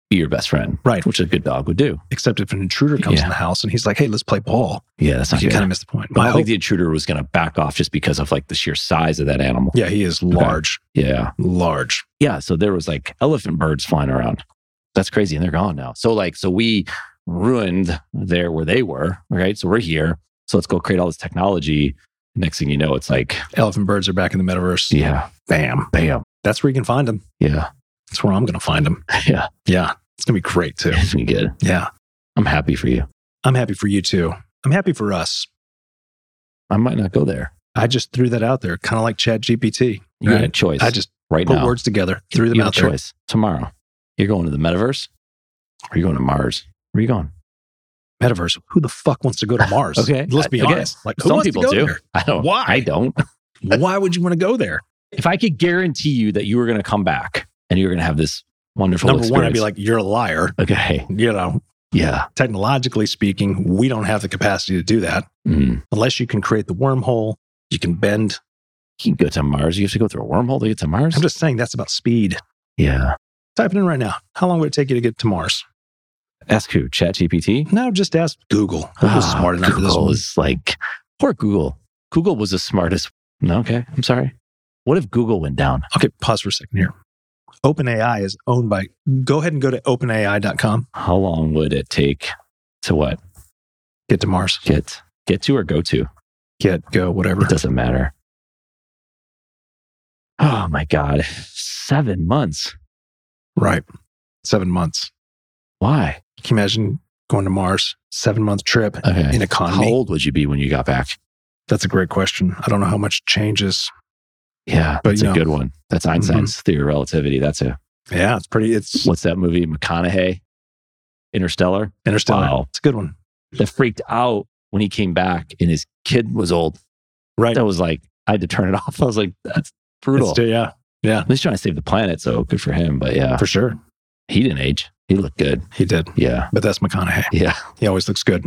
Speaker 1: be your best friend,
Speaker 2: Right.
Speaker 1: Which a good dog would do.
Speaker 2: Except if an intruder comes
Speaker 1: Yeah.
Speaker 2: in the house and he's like, hey, let's play ball.
Speaker 1: Yeah, that's not
Speaker 2: you
Speaker 1: good.
Speaker 2: kind of miss the point. Oh,
Speaker 1: but I
Speaker 2: My
Speaker 1: don't think
Speaker 2: hope,
Speaker 1: the intruder was going to back off just because of like the sheer size of that animal.
Speaker 2: yeah, he is large,
Speaker 1: yeah.
Speaker 2: large.
Speaker 1: yeah so there was like elephant birds flying around that's crazy and they're gone now so like so we ruined there where they were right so we're here so let's go create all this technology next thing you know it's like
Speaker 2: Elephant birds are back in the metaverse.
Speaker 1: yeah
Speaker 2: Bam.
Speaker 1: bam
Speaker 2: That's where you can find them.
Speaker 1: yeah
Speaker 2: That's where I'm going to find them.
Speaker 1: yeah
Speaker 2: Yeah. It's going to be great too.
Speaker 1: it's gonna be good
Speaker 2: Yeah.
Speaker 1: i'm happy for you
Speaker 2: I'm happy for you too. I'm happy for us.
Speaker 1: i might not go there
Speaker 2: I just threw that out there, kind of like Chat GPT.
Speaker 1: you got a choice
Speaker 2: I just
Speaker 1: right
Speaker 2: put
Speaker 1: now
Speaker 2: words together, threw them
Speaker 1: you
Speaker 2: out
Speaker 1: have a
Speaker 2: there.
Speaker 1: choice tomorrow you're going to the metaverse or you're going to mars where are you going
Speaker 2: Metaverse. Who the fuck wants to go to Mars?
Speaker 1: Okay.
Speaker 2: Let's be
Speaker 1: I- okay.
Speaker 2: honest. Like, who
Speaker 1: some
Speaker 2: wants
Speaker 1: people
Speaker 2: to go
Speaker 1: do
Speaker 2: there?
Speaker 1: i don't
Speaker 2: Why?
Speaker 1: i don't
Speaker 2: Why would you want to go there?
Speaker 1: if i could guarantee you that you were going to come back and you were going to have this wonderful
Speaker 2: Number one, I'd
Speaker 1: experience,
Speaker 2: be like, you're a liar.
Speaker 1: Okay.
Speaker 2: You know,
Speaker 1: Yeah.
Speaker 2: technologically speaking, we don't have the capacity to do that
Speaker 1: Mm.
Speaker 2: unless you can create the wormhole. You can bend.
Speaker 1: You can go to Mars. You have to go through a wormhole to get to Mars.
Speaker 2: I'm just saying that's about speed.
Speaker 1: yeah.
Speaker 2: Type it in right now. How long would it take you to get to Mars?
Speaker 1: Ask who? Chat GPT?
Speaker 2: No, just ask Google. Google's
Speaker 1: Ah,
Speaker 2: smart enough for this
Speaker 1: Google
Speaker 2: one.
Speaker 1: is like, poor Google. Google was the smartest. No, okay. I'm sorry. What if Google went down?
Speaker 2: Okay, pause for a second here. OpenAI is owned by, go ahead and go to openai.com,
Speaker 1: How long would it take to what?
Speaker 2: get to Mars,
Speaker 1: Get get to or go to?
Speaker 2: get, go, whatever.
Speaker 1: It doesn't matter. Oh my God. seven months.
Speaker 2: Right. Seven months.
Speaker 1: Why?
Speaker 2: Can you imagine going to Mars, seven month trip
Speaker 1: Okay.
Speaker 2: in
Speaker 1: How
Speaker 2: economy?
Speaker 1: old would you be when you got back?
Speaker 2: That's a great question. I don't know how much changes.
Speaker 1: Yeah,
Speaker 2: But,
Speaker 1: that's a
Speaker 2: you know.
Speaker 1: good one. That's Einstein's theory of relativity. That's a
Speaker 2: Yeah, it's pretty, it's
Speaker 1: what's that movie? McConaughey, Interstellar.
Speaker 2: interstellar.
Speaker 1: Wow.
Speaker 2: It's a good one.
Speaker 1: That freaked out when he came back and his kid was old.
Speaker 2: Right.
Speaker 1: That was like I had to turn it off. I was like, that's brutal.
Speaker 2: It's- yeah,
Speaker 1: He's trying to save the planet, so good for him. But yeah,
Speaker 2: for sure.
Speaker 1: he didn't age. He looked good.
Speaker 2: He did.
Speaker 1: Yeah,
Speaker 2: But that's McConaughey.
Speaker 1: yeah.
Speaker 2: He always looks good.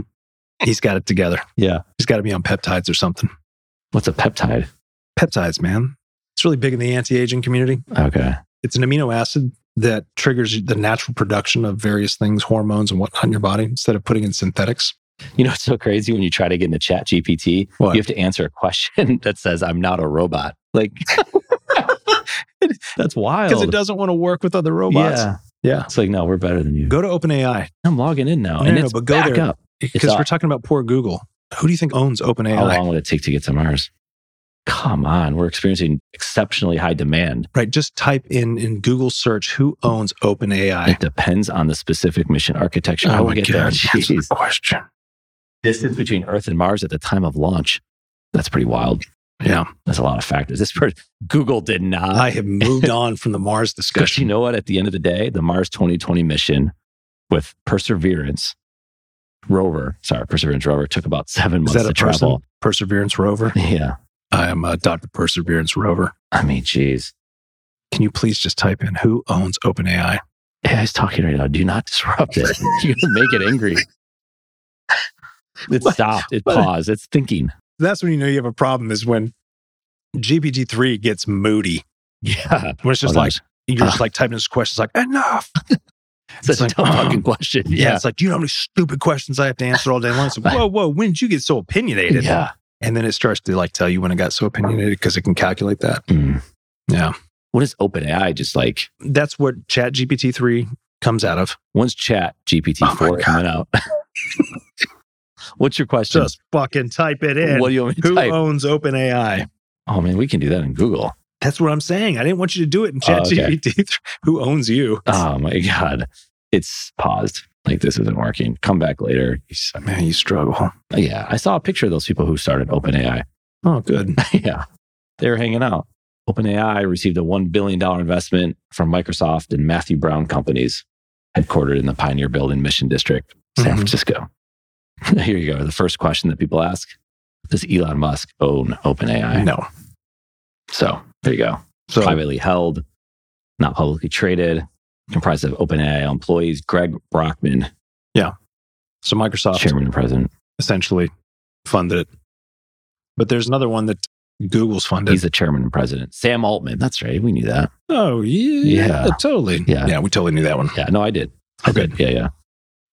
Speaker 2: He's got it together.
Speaker 1: Yeah.
Speaker 2: He's got to be on peptides or something.
Speaker 1: What's a peptide?
Speaker 2: Peptides, man. It's really big in the anti aging community.
Speaker 1: Okay.
Speaker 2: It's an amino acid that triggers the natural production of various things, hormones and whatnot in your body instead of putting in synthetics.
Speaker 1: You know, it's so crazy when you try to get into Chat GPT,
Speaker 2: What?
Speaker 1: you have to answer a question that says, I'm not a robot. Like, that's wild.
Speaker 2: Because it doesn't want to work with other robots.
Speaker 1: Yeah.
Speaker 2: Yeah.
Speaker 1: It's like, no, we're better than you.
Speaker 2: Go to OpenAI.
Speaker 1: I'm logging in now.
Speaker 2: No,
Speaker 1: and
Speaker 2: no,
Speaker 1: it's
Speaker 2: but go
Speaker 1: back
Speaker 2: there.
Speaker 1: up.
Speaker 2: Because
Speaker 1: up.
Speaker 2: we're talking about poor Google. Who do you think owns
Speaker 1: How
Speaker 2: OpenAI?
Speaker 1: long would it take to get to Mars? Come on. We're experiencing exceptionally high demand.
Speaker 2: Right. Just type in in Google search who owns OpenAI.
Speaker 1: It depends on the specific mission
Speaker 2: Oh
Speaker 1: architecture. How we get there.
Speaker 2: that's a
Speaker 1: Jeez.
Speaker 2: question.
Speaker 1: Distance between Earth and Mars at the time of launch. That's pretty wild.
Speaker 2: Yeah.
Speaker 1: That's a lot of factors. This person, Google did not
Speaker 2: I have moved on from the Mars
Speaker 1: Uh, Because you
Speaker 2: discussion.
Speaker 1: know what? At the end of the day, the Mars 2020 mission with Perseverance rover, sorry, Perseverance rover took about seven months
Speaker 2: Is that
Speaker 1: to
Speaker 2: a person?
Speaker 1: travel.
Speaker 2: Perseverance rover.
Speaker 1: Yeah.
Speaker 2: I am uh, Dr. Perseverance rover.
Speaker 1: I mean, geez.
Speaker 2: Can you please just type in who owns OpenAI?
Speaker 1: AI's talking right now. Do not disrupt it. You're going to make it angry. It
Speaker 2: But-
Speaker 1: stopped. It
Speaker 2: but-
Speaker 1: paused. It's thinking.
Speaker 2: That's when you know you have a problem is when GPT three gets moody.
Speaker 1: Yeah.
Speaker 2: When it's just
Speaker 1: Oh,
Speaker 2: like
Speaker 1: gosh.
Speaker 2: you're just like typing this questions like enough.
Speaker 1: such a
Speaker 2: like,
Speaker 1: dumb
Speaker 2: um,
Speaker 1: fucking question.
Speaker 2: Yeah.
Speaker 1: Yeah.
Speaker 2: It's like, you know how many stupid questions I have to answer all day long. It's like, whoa, whoa, when did you get so opinionated?
Speaker 1: Yeah.
Speaker 2: And then it starts to like tell you when it got so opinionated because it can calculate that.
Speaker 1: Mm.
Speaker 2: Yeah.
Speaker 1: What is OpenAI just like?
Speaker 2: That's what Chat GPT three comes out of.
Speaker 1: When's chat GPT-4
Speaker 2: Oh my God.
Speaker 1: coming out? What's your question?
Speaker 2: Just fucking type it in.
Speaker 1: what do you want me to
Speaker 2: who
Speaker 1: type?
Speaker 2: owns OpenAI?
Speaker 1: Oh man, we can do that in Google.
Speaker 2: That's what I'm saying. I didn't want you to do it in
Speaker 1: Oh,
Speaker 2: Chat
Speaker 1: okay.
Speaker 2: GPT three. Who owns you?
Speaker 1: Oh my god, it's paused. Like this isn't working. Come back later. He's-
Speaker 2: Man, you struggle.
Speaker 1: Yeah, I saw a picture of those people who started OpenAI.
Speaker 2: Oh, good.
Speaker 1: yeah, they were hanging out. OpenAI received a one billion dollar investment from Microsoft and Matthew Brown Companies, headquartered in the Pioneer Building Mission District, San
Speaker 2: Mhm.
Speaker 1: Francisco. Here you go. The first question that people ask: Does Elon Musk own OpenAI?
Speaker 2: No.
Speaker 1: So there you go.
Speaker 2: So
Speaker 1: privately held, not publicly traded, comprised of OpenAI employees. Greg Brockman,
Speaker 2: so Microsoft
Speaker 1: chairman and president,
Speaker 2: essentially funded it. But there's another one that Google's funded.
Speaker 1: he's the chairman and president. Sam Altman, that's right. We knew that.
Speaker 2: oh
Speaker 1: Yeah.
Speaker 2: totally.
Speaker 1: Yeah.
Speaker 2: yeah, we totally knew that one.
Speaker 1: Yeah, no, I did. I
Speaker 2: Okay.
Speaker 1: did. Yeah, yeah,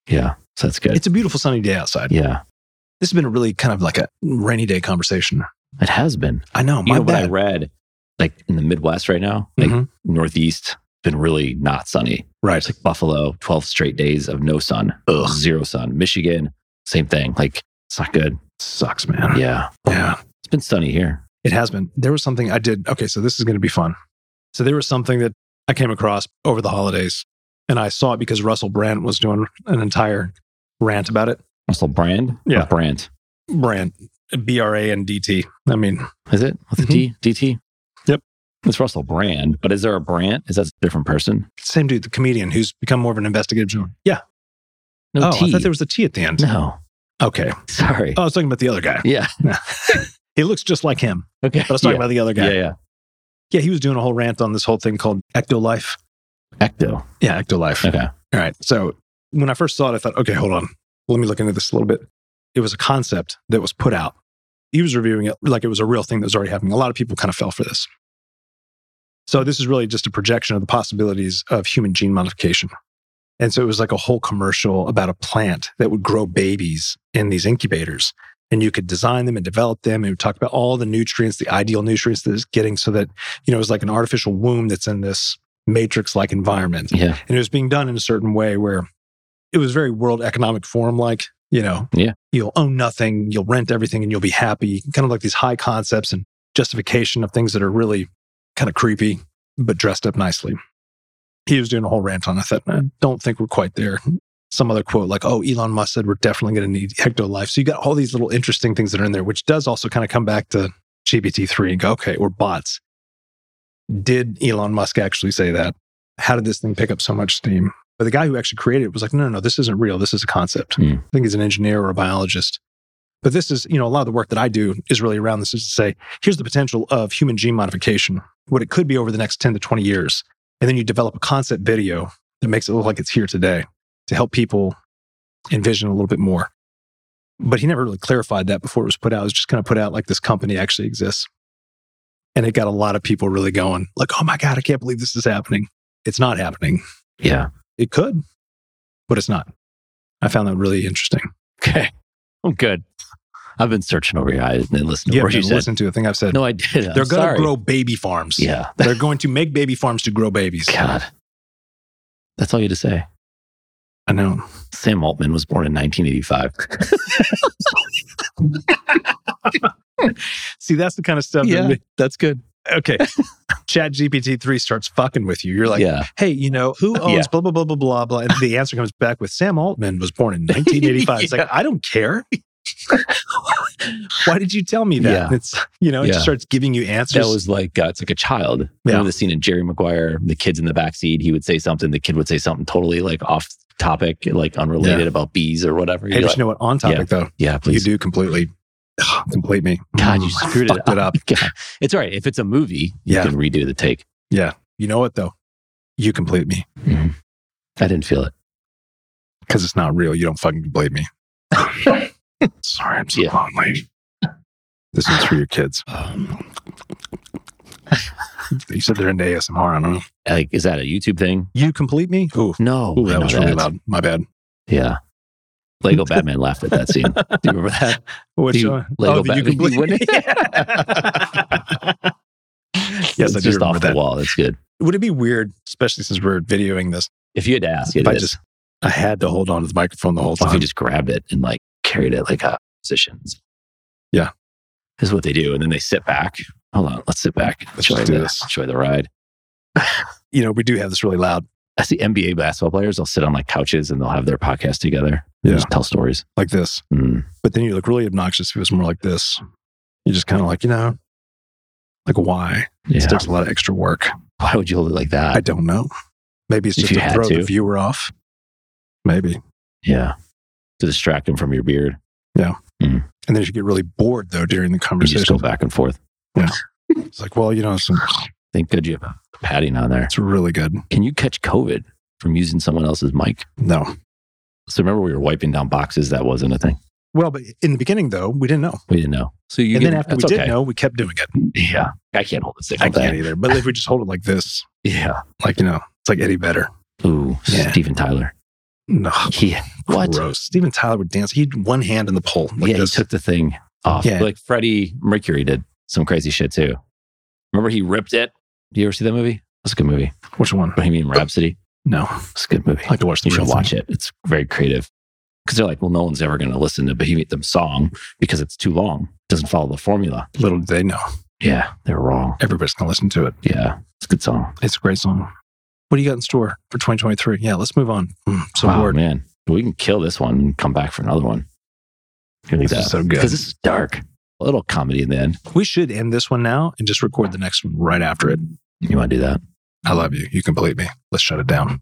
Speaker 1: yeah. So that's good.
Speaker 2: It's a beautiful sunny day outside.
Speaker 1: yeah,
Speaker 2: This has been a really kind of like a rainy day conversation.
Speaker 1: it has been.
Speaker 2: I know.
Speaker 1: You
Speaker 2: My
Speaker 1: know what I
Speaker 2: bad.
Speaker 1: read? Like in the Midwest right now, like
Speaker 2: Mhm.
Speaker 1: Northeast, been really not sunny.
Speaker 2: Right.
Speaker 1: It's like Buffalo, twelve straight days of no sun,
Speaker 2: Ugh,
Speaker 1: zero sun. Michigan, same thing. Like it's not good.
Speaker 2: sucks, man.
Speaker 1: Yeah,
Speaker 2: yeah.
Speaker 1: it's been sunny here.
Speaker 2: It has been. There was something I did. Okay, so this is going to be fun. So there was something that I came across over the holidays, and I saw it because Russell Brand was doing an entire rant about it.
Speaker 1: Russell Brand, or
Speaker 2: Yeah.
Speaker 1: Brand.
Speaker 2: Brand, B R A N D T. I mean,
Speaker 1: Is it with a D? DT?
Speaker 2: Mm-hmm. Yep.
Speaker 1: It's Russell Brand, but is there a Brand? Is that a different person?
Speaker 2: same dude, the comedian who's become more of an investigative journalist. Yeah.
Speaker 1: No
Speaker 2: oh,
Speaker 1: T.
Speaker 2: I thought there was a T at the end.
Speaker 1: no.
Speaker 2: Okay.
Speaker 1: Sorry.
Speaker 2: Oh, I was talking about the other guy.
Speaker 1: yeah.
Speaker 2: He looks just like him,
Speaker 1: Okay.
Speaker 2: but I was talking
Speaker 1: yeah.
Speaker 2: about the other guy.
Speaker 1: yeah,
Speaker 2: Yeah.
Speaker 1: yeah.
Speaker 2: he was doing a whole rant on this whole thing called ectolife.
Speaker 1: Ecto.
Speaker 2: Yeah, ectolife.
Speaker 1: Okay.
Speaker 2: All right. So when I first saw it, I thought, okay, hold on. Let me look into this a little bit. It was a concept that was put out. He was reviewing it like it was a real thing that was already happening. A lot of people kind of fell for this. So this is really just a projection of the possibilities of human gene modification. And so it was like a whole commercial about a plant that would grow babies in these incubators. And you could design them and develop them. And we talked about all the nutrients, the ideal nutrients that it's getting so that, you know, it was like an artificial womb that's in this matrix like environment
Speaker 1: Yeah.
Speaker 2: and it was being done in a certain way where it was very World Economic Forum like, you know,
Speaker 1: Yeah.
Speaker 2: you'll own nothing, you'll rent everything, and you'll be happy. Kind of like these high concepts and justification of things that are really kind of creepy, but dressed up nicely. He was doing a whole rant on. it. I thought, I don't think we're quite there. Some other quote like, "Oh, Elon Musk said we're definitely going to need Hecto Life." So you got all these little interesting things that are in there, which does also kind of come back to GPT three and go, "Okay, we're bots." Did Elon Musk actually say that? How did this thing pick up so much steam? But the guy who actually created it was like, "No, no, no, this isn't real. This is a concept."
Speaker 1: Hmm.
Speaker 2: I think he's an engineer or a biologist. But this is, you know, a lot of the work that I do is really around this is to say, here's the potential of human gene modification, what it could be over the next 10 to 20 years. And then you develop a concept video that makes it look like it's here today to help people envision a little bit more. But he never really clarified that before it was put out. It was just kind of put out like this company actually exists. And it got a lot of people really going, like, oh my God, I can't believe this is happening. It's not happening.
Speaker 1: Yeah.
Speaker 2: It could, but it's not. I found that really interesting.
Speaker 1: Okay. I'm good. I've been searching over here. I didn't listen to
Speaker 2: Yeah,
Speaker 1: what you
Speaker 2: man,
Speaker 1: said.
Speaker 2: listen to a thing I've said.
Speaker 1: No, I did. I'm
Speaker 2: They're going
Speaker 1: sorry.
Speaker 2: to grow baby farms.
Speaker 1: Yeah.
Speaker 2: They're going to make baby farms to grow babies.
Speaker 1: God. That's all you had to say.
Speaker 2: I know.
Speaker 1: Sam Altman was born in 1985.
Speaker 2: See, that's the kind of stuff.
Speaker 1: Yeah,
Speaker 2: That that's good. Okay. Chat GPT three starts fucking with you. You're like,
Speaker 1: yeah.
Speaker 2: hey, you know, who owns
Speaker 1: Yeah.
Speaker 2: blah blah blah blah blah blah. And the answer comes back with Sam Altman was born in 1985. It's
Speaker 1: Yeah.
Speaker 2: like, I don't care. Why did you tell me that?
Speaker 1: Yeah.
Speaker 2: And It's you know, it
Speaker 1: Yeah.
Speaker 2: just starts giving you
Speaker 1: That
Speaker 2: answers.
Speaker 1: was like, uh, it's like a child.
Speaker 2: Yeah.
Speaker 1: Remember the scene in Jerry Maguire, the kids in the backseat, he would say something, the kid would say something totally like off topic, like unrelated
Speaker 2: Yeah.
Speaker 1: about bees or whatever.
Speaker 2: hey,
Speaker 1: You're
Speaker 2: but
Speaker 1: like,
Speaker 2: you know what? On topic though,
Speaker 1: yeah, please.
Speaker 2: you do completely complete me.
Speaker 1: God, you
Speaker 2: Mm, I
Speaker 1: screwed it
Speaker 2: fucked it up.
Speaker 1: God. It's all right. If it's a movie, you
Speaker 2: Yeah.
Speaker 1: can redo the take.
Speaker 2: You know what though? You complete me.
Speaker 1: I didn't feel it.
Speaker 2: because it's not real. You don't fucking blame me. Sorry, I'm so
Speaker 1: Yeah.
Speaker 2: lonely. This one's for your kids.
Speaker 1: Um.
Speaker 2: You said they're into ASMR. I don't know.
Speaker 1: Like, is that a YouTube thing?
Speaker 2: You complete me? Ooh,
Speaker 1: No.
Speaker 2: ooh
Speaker 1: I
Speaker 2: that
Speaker 1: know
Speaker 2: was really
Speaker 1: that.
Speaker 2: loud. My bad.
Speaker 1: Yeah. Lego Batman laughed at that scene. Do you remember that?
Speaker 2: Which
Speaker 1: you-
Speaker 2: one?
Speaker 1: Lego
Speaker 2: the
Speaker 1: Batman. uh, oh, You wouldn't-
Speaker 2: Yes,
Speaker 1: it's
Speaker 2: I do
Speaker 1: just
Speaker 2: remember
Speaker 1: off the
Speaker 2: that.
Speaker 1: wall. That's good.
Speaker 2: Would it be weird, especially since we're videoing this,
Speaker 1: If you had to ask, it
Speaker 2: if I
Speaker 1: is.
Speaker 2: just I had to hold on to the microphone the whole
Speaker 1: if you
Speaker 2: time?
Speaker 1: just grabbed it and like carried it like a positions.
Speaker 2: Yeah.
Speaker 1: This is what they do. And then they sit back. Hold on. Let's sit back.
Speaker 2: Let's
Speaker 1: enjoy,
Speaker 2: just do
Speaker 1: the,
Speaker 2: this.
Speaker 1: enjoy the ride.
Speaker 2: You know, we do have this really loud,
Speaker 1: I see NBA basketball players. They'll sit on like couches and they'll have their podcast together. and
Speaker 2: Yeah.
Speaker 1: Just tell stories.
Speaker 2: like this.
Speaker 1: Mm.
Speaker 2: But then you look really obnoxious if it was more like this. You're just kind of like, you know, like why?
Speaker 1: Yeah.
Speaker 2: This takes a lot of extra work.
Speaker 1: Why would you hold it like that?
Speaker 2: I don't know. Maybe it's
Speaker 1: If
Speaker 2: just
Speaker 1: you
Speaker 2: to
Speaker 1: had
Speaker 2: throw the
Speaker 1: to.
Speaker 2: viewer off. Maybe.
Speaker 1: yeah. To distract them from your beard.
Speaker 2: And then if you get really bored though during the
Speaker 1: You just
Speaker 2: conversation,
Speaker 1: go back and forth.
Speaker 2: it's like, well, you know, it's,
Speaker 1: Thank good you have padding on there.
Speaker 2: it's really good.
Speaker 1: Can you catch COVID from using someone else's mic?
Speaker 2: No.
Speaker 1: So remember we were wiping down boxes. That wasn't a thing.
Speaker 2: Well, but in the beginning though, we didn't know.
Speaker 1: We didn't know. So you
Speaker 2: and
Speaker 1: can-
Speaker 2: then after we
Speaker 1: that's
Speaker 2: did
Speaker 1: okay.
Speaker 2: know, we kept doing it.
Speaker 1: Yeah. I can't hold this thing.
Speaker 2: I
Speaker 1: up there.
Speaker 2: can't either. But if we just hold it like this,
Speaker 1: Yeah.
Speaker 2: like, you know, it's like Eddie Vedder.
Speaker 1: Ooh,
Speaker 2: Yeah.
Speaker 1: Steven Tyler.
Speaker 2: No.
Speaker 1: He what?
Speaker 2: Gross. Steven Tyler would dance. He'd one hand in the pole. Like
Speaker 1: yeah,
Speaker 2: this.
Speaker 1: he took the thing off.
Speaker 2: Yeah.
Speaker 1: Like Freddie Mercury did some crazy shit too. Remember he ripped it? Do you ever see that movie? That's a good movie.
Speaker 2: Which one?
Speaker 1: Bohemian Rhapsody.
Speaker 2: No.
Speaker 1: It's a good movie.
Speaker 2: I like to watch the
Speaker 1: You should
Speaker 2: real thing.
Speaker 1: watch it. It's very creative. Because they're like, well, no one's ever going to listen to Bohemian them song because it's too long. doesn't follow the formula.
Speaker 2: Little did they know.
Speaker 1: Yeah, they're wrong.
Speaker 2: Everybody's going to listen to it.
Speaker 1: Yeah, it's a good song.
Speaker 2: It's a great song. What do you got in store for 2023? Yeah, let's move on. Mm, so
Speaker 1: wow,
Speaker 2: bored.
Speaker 1: man, we can kill this one and come back for another one.
Speaker 2: This is so good.
Speaker 1: because this is dark. A little comedy in the end.
Speaker 2: We should end this one now and just record the next one right after it.
Speaker 1: You want to do that?
Speaker 2: I love you. You complete me. Let's shut it down.